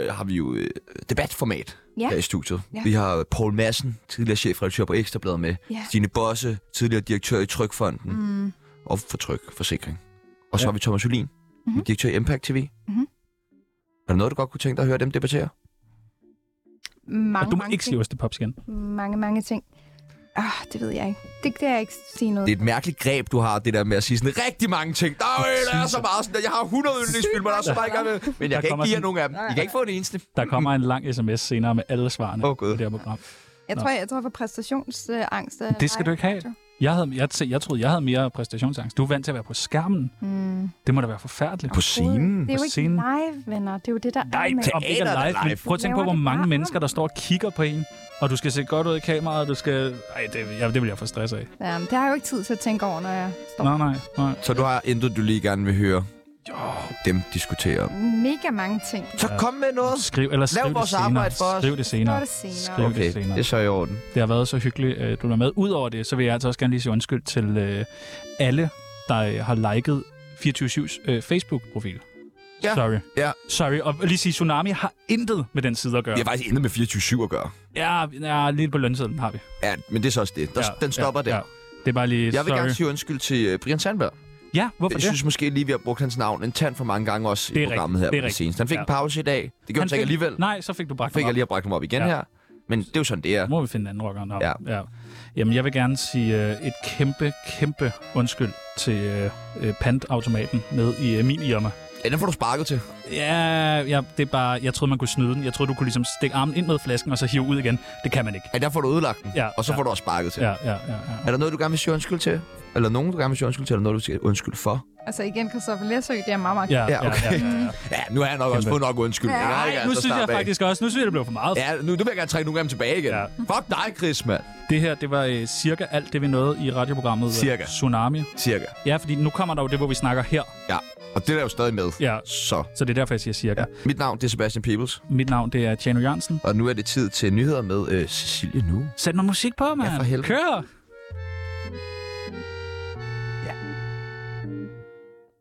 Speaker 1: øh, har vi jo øh, debatformat
Speaker 5: Ja.
Speaker 1: her i studiet.
Speaker 5: Ja.
Speaker 1: Vi har Paul Madsen, tidligere chefredaktør på Ekstrabladet med.
Speaker 5: Ja.
Speaker 1: Stine Bosse, tidligere direktør i Trykfonden
Speaker 5: Mm.
Speaker 1: og for Tryk Forsikring. Og så
Speaker 4: Ja.
Speaker 1: har vi Thomas Julin,
Speaker 5: Mhm.
Speaker 1: direktør i Impact TV.
Speaker 5: Mhm.
Speaker 1: Er der noget, du godt kunne tænke dig at høre dem debattere?
Speaker 5: Mange,
Speaker 4: Og du må
Speaker 5: mange
Speaker 4: ikke sige
Speaker 5: ting.
Speaker 4: Øste Popskin.
Speaker 5: Mange, mange ting. Ah, det ved jeg ikke. Det kan jeg ikke sige noget.
Speaker 1: Det er et mærkeligt greb, du har, det der med at sige sådan rigtig mange ting. Der er, der er så meget sådan, jeg har 100 yndlingsfilm, og der er så meget, jeg gerne vil. Men jeg kan ikke
Speaker 4: kommer
Speaker 1: give jer
Speaker 4: sådan-
Speaker 1: nogen af dem. I kan ikke få en eneste.
Speaker 4: Der kommer en lang sms senere med alle svarene
Speaker 1: Åh, Gud.
Speaker 4: i det her program.
Speaker 5: Jeg
Speaker 4: Nå.
Speaker 5: tror, jeg, jeg tror for præstationsangst. er-
Speaker 4: Det skal du ikke have.
Speaker 5: Nej.
Speaker 4: Jeg, havde, jeg, tæ- jeg troede, jeg havde mere præstationsangst. Du er vant til at være på skærmen.
Speaker 5: Mm.
Speaker 4: Det må da være forfærdeligt.
Speaker 1: På scenen.
Speaker 5: Det er jo
Speaker 4: på
Speaker 5: ikke
Speaker 4: scenen.
Speaker 5: live, venner. Det er jo det, der
Speaker 4: Nej,
Speaker 5: er med.
Speaker 4: om ikke
Speaker 1: Teater
Speaker 4: er
Speaker 1: er
Speaker 4: live,
Speaker 1: live.
Speaker 4: men prøv at tænke på,
Speaker 5: Laver
Speaker 4: hvor
Speaker 5: det
Speaker 4: mange
Speaker 5: bare
Speaker 4: mennesker,
Speaker 5: om.
Speaker 4: der står og kigger på en, og du skal se godt ud i kameraet, og du skal... Ej, det, ja, det vil jeg få stress af.
Speaker 5: Ja, men det har jeg jo ikke tid til at tænke over, når jeg står.
Speaker 4: Nej, nej, nej.
Speaker 1: Så du har intet, du lige gerne vil høre dem diskutere om.
Speaker 5: Mega mange ting. Så
Speaker 1: Så kom med noget.
Speaker 4: Skriv, eller skriv det
Speaker 1: vores
Speaker 4: senere.
Speaker 1: arbejde for os.
Speaker 4: Skriv det
Speaker 5: er
Speaker 4: senere.
Speaker 5: det senere.
Speaker 4: Skriv det senere.
Speaker 1: så i orden.
Speaker 4: Det har været så hyggeligt, at du er med. Udover det, så vil jeg altså også gerne lige sige undskyld til øh, alle, der øh, har liket 24-7's øh, Facebook-profil.
Speaker 1: Ja,
Speaker 4: Sorry.
Speaker 1: ja.
Speaker 4: Sorry. Og lige sige, Tsunami har intet med den side at gøre.
Speaker 1: Det har faktisk intet med 24-7 at gøre.
Speaker 4: Ja, ja lige på lønsedlen har vi.
Speaker 1: Ja, men det er så også det. Der,
Speaker 4: Ja,
Speaker 1: ja, den stopper
Speaker 4: ja,
Speaker 1: der.
Speaker 4: Ja. Det er bare lige...
Speaker 1: Jeg vil
Speaker 4: sorry.
Speaker 1: gerne sige undskyld til øh, Brian Sandberg.
Speaker 4: Ja, hvorfor
Speaker 1: Jeg
Speaker 4: det?
Speaker 1: synes måske lige, vi har brugt hans navn en tand for mange gange også
Speaker 4: Det
Speaker 1: i
Speaker 4: er
Speaker 1: programmet
Speaker 4: rigtigt,
Speaker 1: her
Speaker 4: det er
Speaker 1: på det
Speaker 4: rigtigt.
Speaker 1: seneste. Han fik
Speaker 4: Ja.
Speaker 1: en pause i dag. Det gjorde han, så
Speaker 4: fik-
Speaker 1: ikke alligevel.
Speaker 4: Nej, så fik du bragt
Speaker 1: fik
Speaker 4: ham
Speaker 1: jeg
Speaker 4: op.
Speaker 1: lige at brække ham op igen
Speaker 4: Ja.
Speaker 1: her. Men det er jo sådan, det er.
Speaker 4: må vi finde en anden rockeren op.
Speaker 1: Ja.
Speaker 4: ja. Jamen, jeg vil gerne sige øh, et kæmpe, kæmpe undskyld til øh, øh, pantautomaten ned i øh, min irma.
Speaker 1: Ja, den får du sparket til.
Speaker 4: Ja, ja, det er bare, jeg troede, man kunne snyde den. Jeg troede, du kunne ligesom stikke armen ind med flasken og så hive ud igen. Det kan man ikke.
Speaker 1: Ja, der får du ødelagt den.
Speaker 4: Ja,
Speaker 1: Og så
Speaker 4: ja.
Speaker 1: får du også sparket til.
Speaker 4: Ja, ja, ja. ja.
Speaker 1: Er der noget, du gerne vil sige undskyld til? Eller nogen, du gerne vil sige undskyld til? Eller noget, du vil sige undskyld for?
Speaker 5: Altså igen, Christoffer Læsø, det er meget, meget
Speaker 4: Ja,
Speaker 1: Ja, okay.
Speaker 4: ja, ja, ja.
Speaker 1: Ja, nu har jeg nok også
Speaker 4: Kæmpe.
Speaker 1: fået nok undskyld. Ja,
Speaker 4: Ej, nu synes jeg faktisk også, nu synes jeg, det blev for meget.
Speaker 1: Ja, nu, nu vil jeg gerne trække nogle af dem tilbage igen.
Speaker 4: Ja.
Speaker 1: Fuck dig, Chris, mand.
Speaker 4: Det her, det var øh, cirka alt det, vi nåede i radioprogrammet øh,
Speaker 1: Cirka.
Speaker 4: Tsunami.
Speaker 1: Cirka.
Speaker 4: Ja, fordi nu kommer der jo det, hvor vi snakker her.
Speaker 1: Ja, og det er jo stadig med.
Speaker 4: Ja,
Speaker 1: Så.
Speaker 4: så det er derfor, jeg siger cirka.
Speaker 1: Ja.
Speaker 4: Ja.
Speaker 1: Mit navn det er Sebastian Peebles,
Speaker 4: Mit navn, det er Tjano Jørgensen.
Speaker 1: og nu er det tid til nyheder med øh, Cecilie Nu.
Speaker 4: Sæt noget musik på, mand.
Speaker 1: for helvede.
Speaker 4: Kør!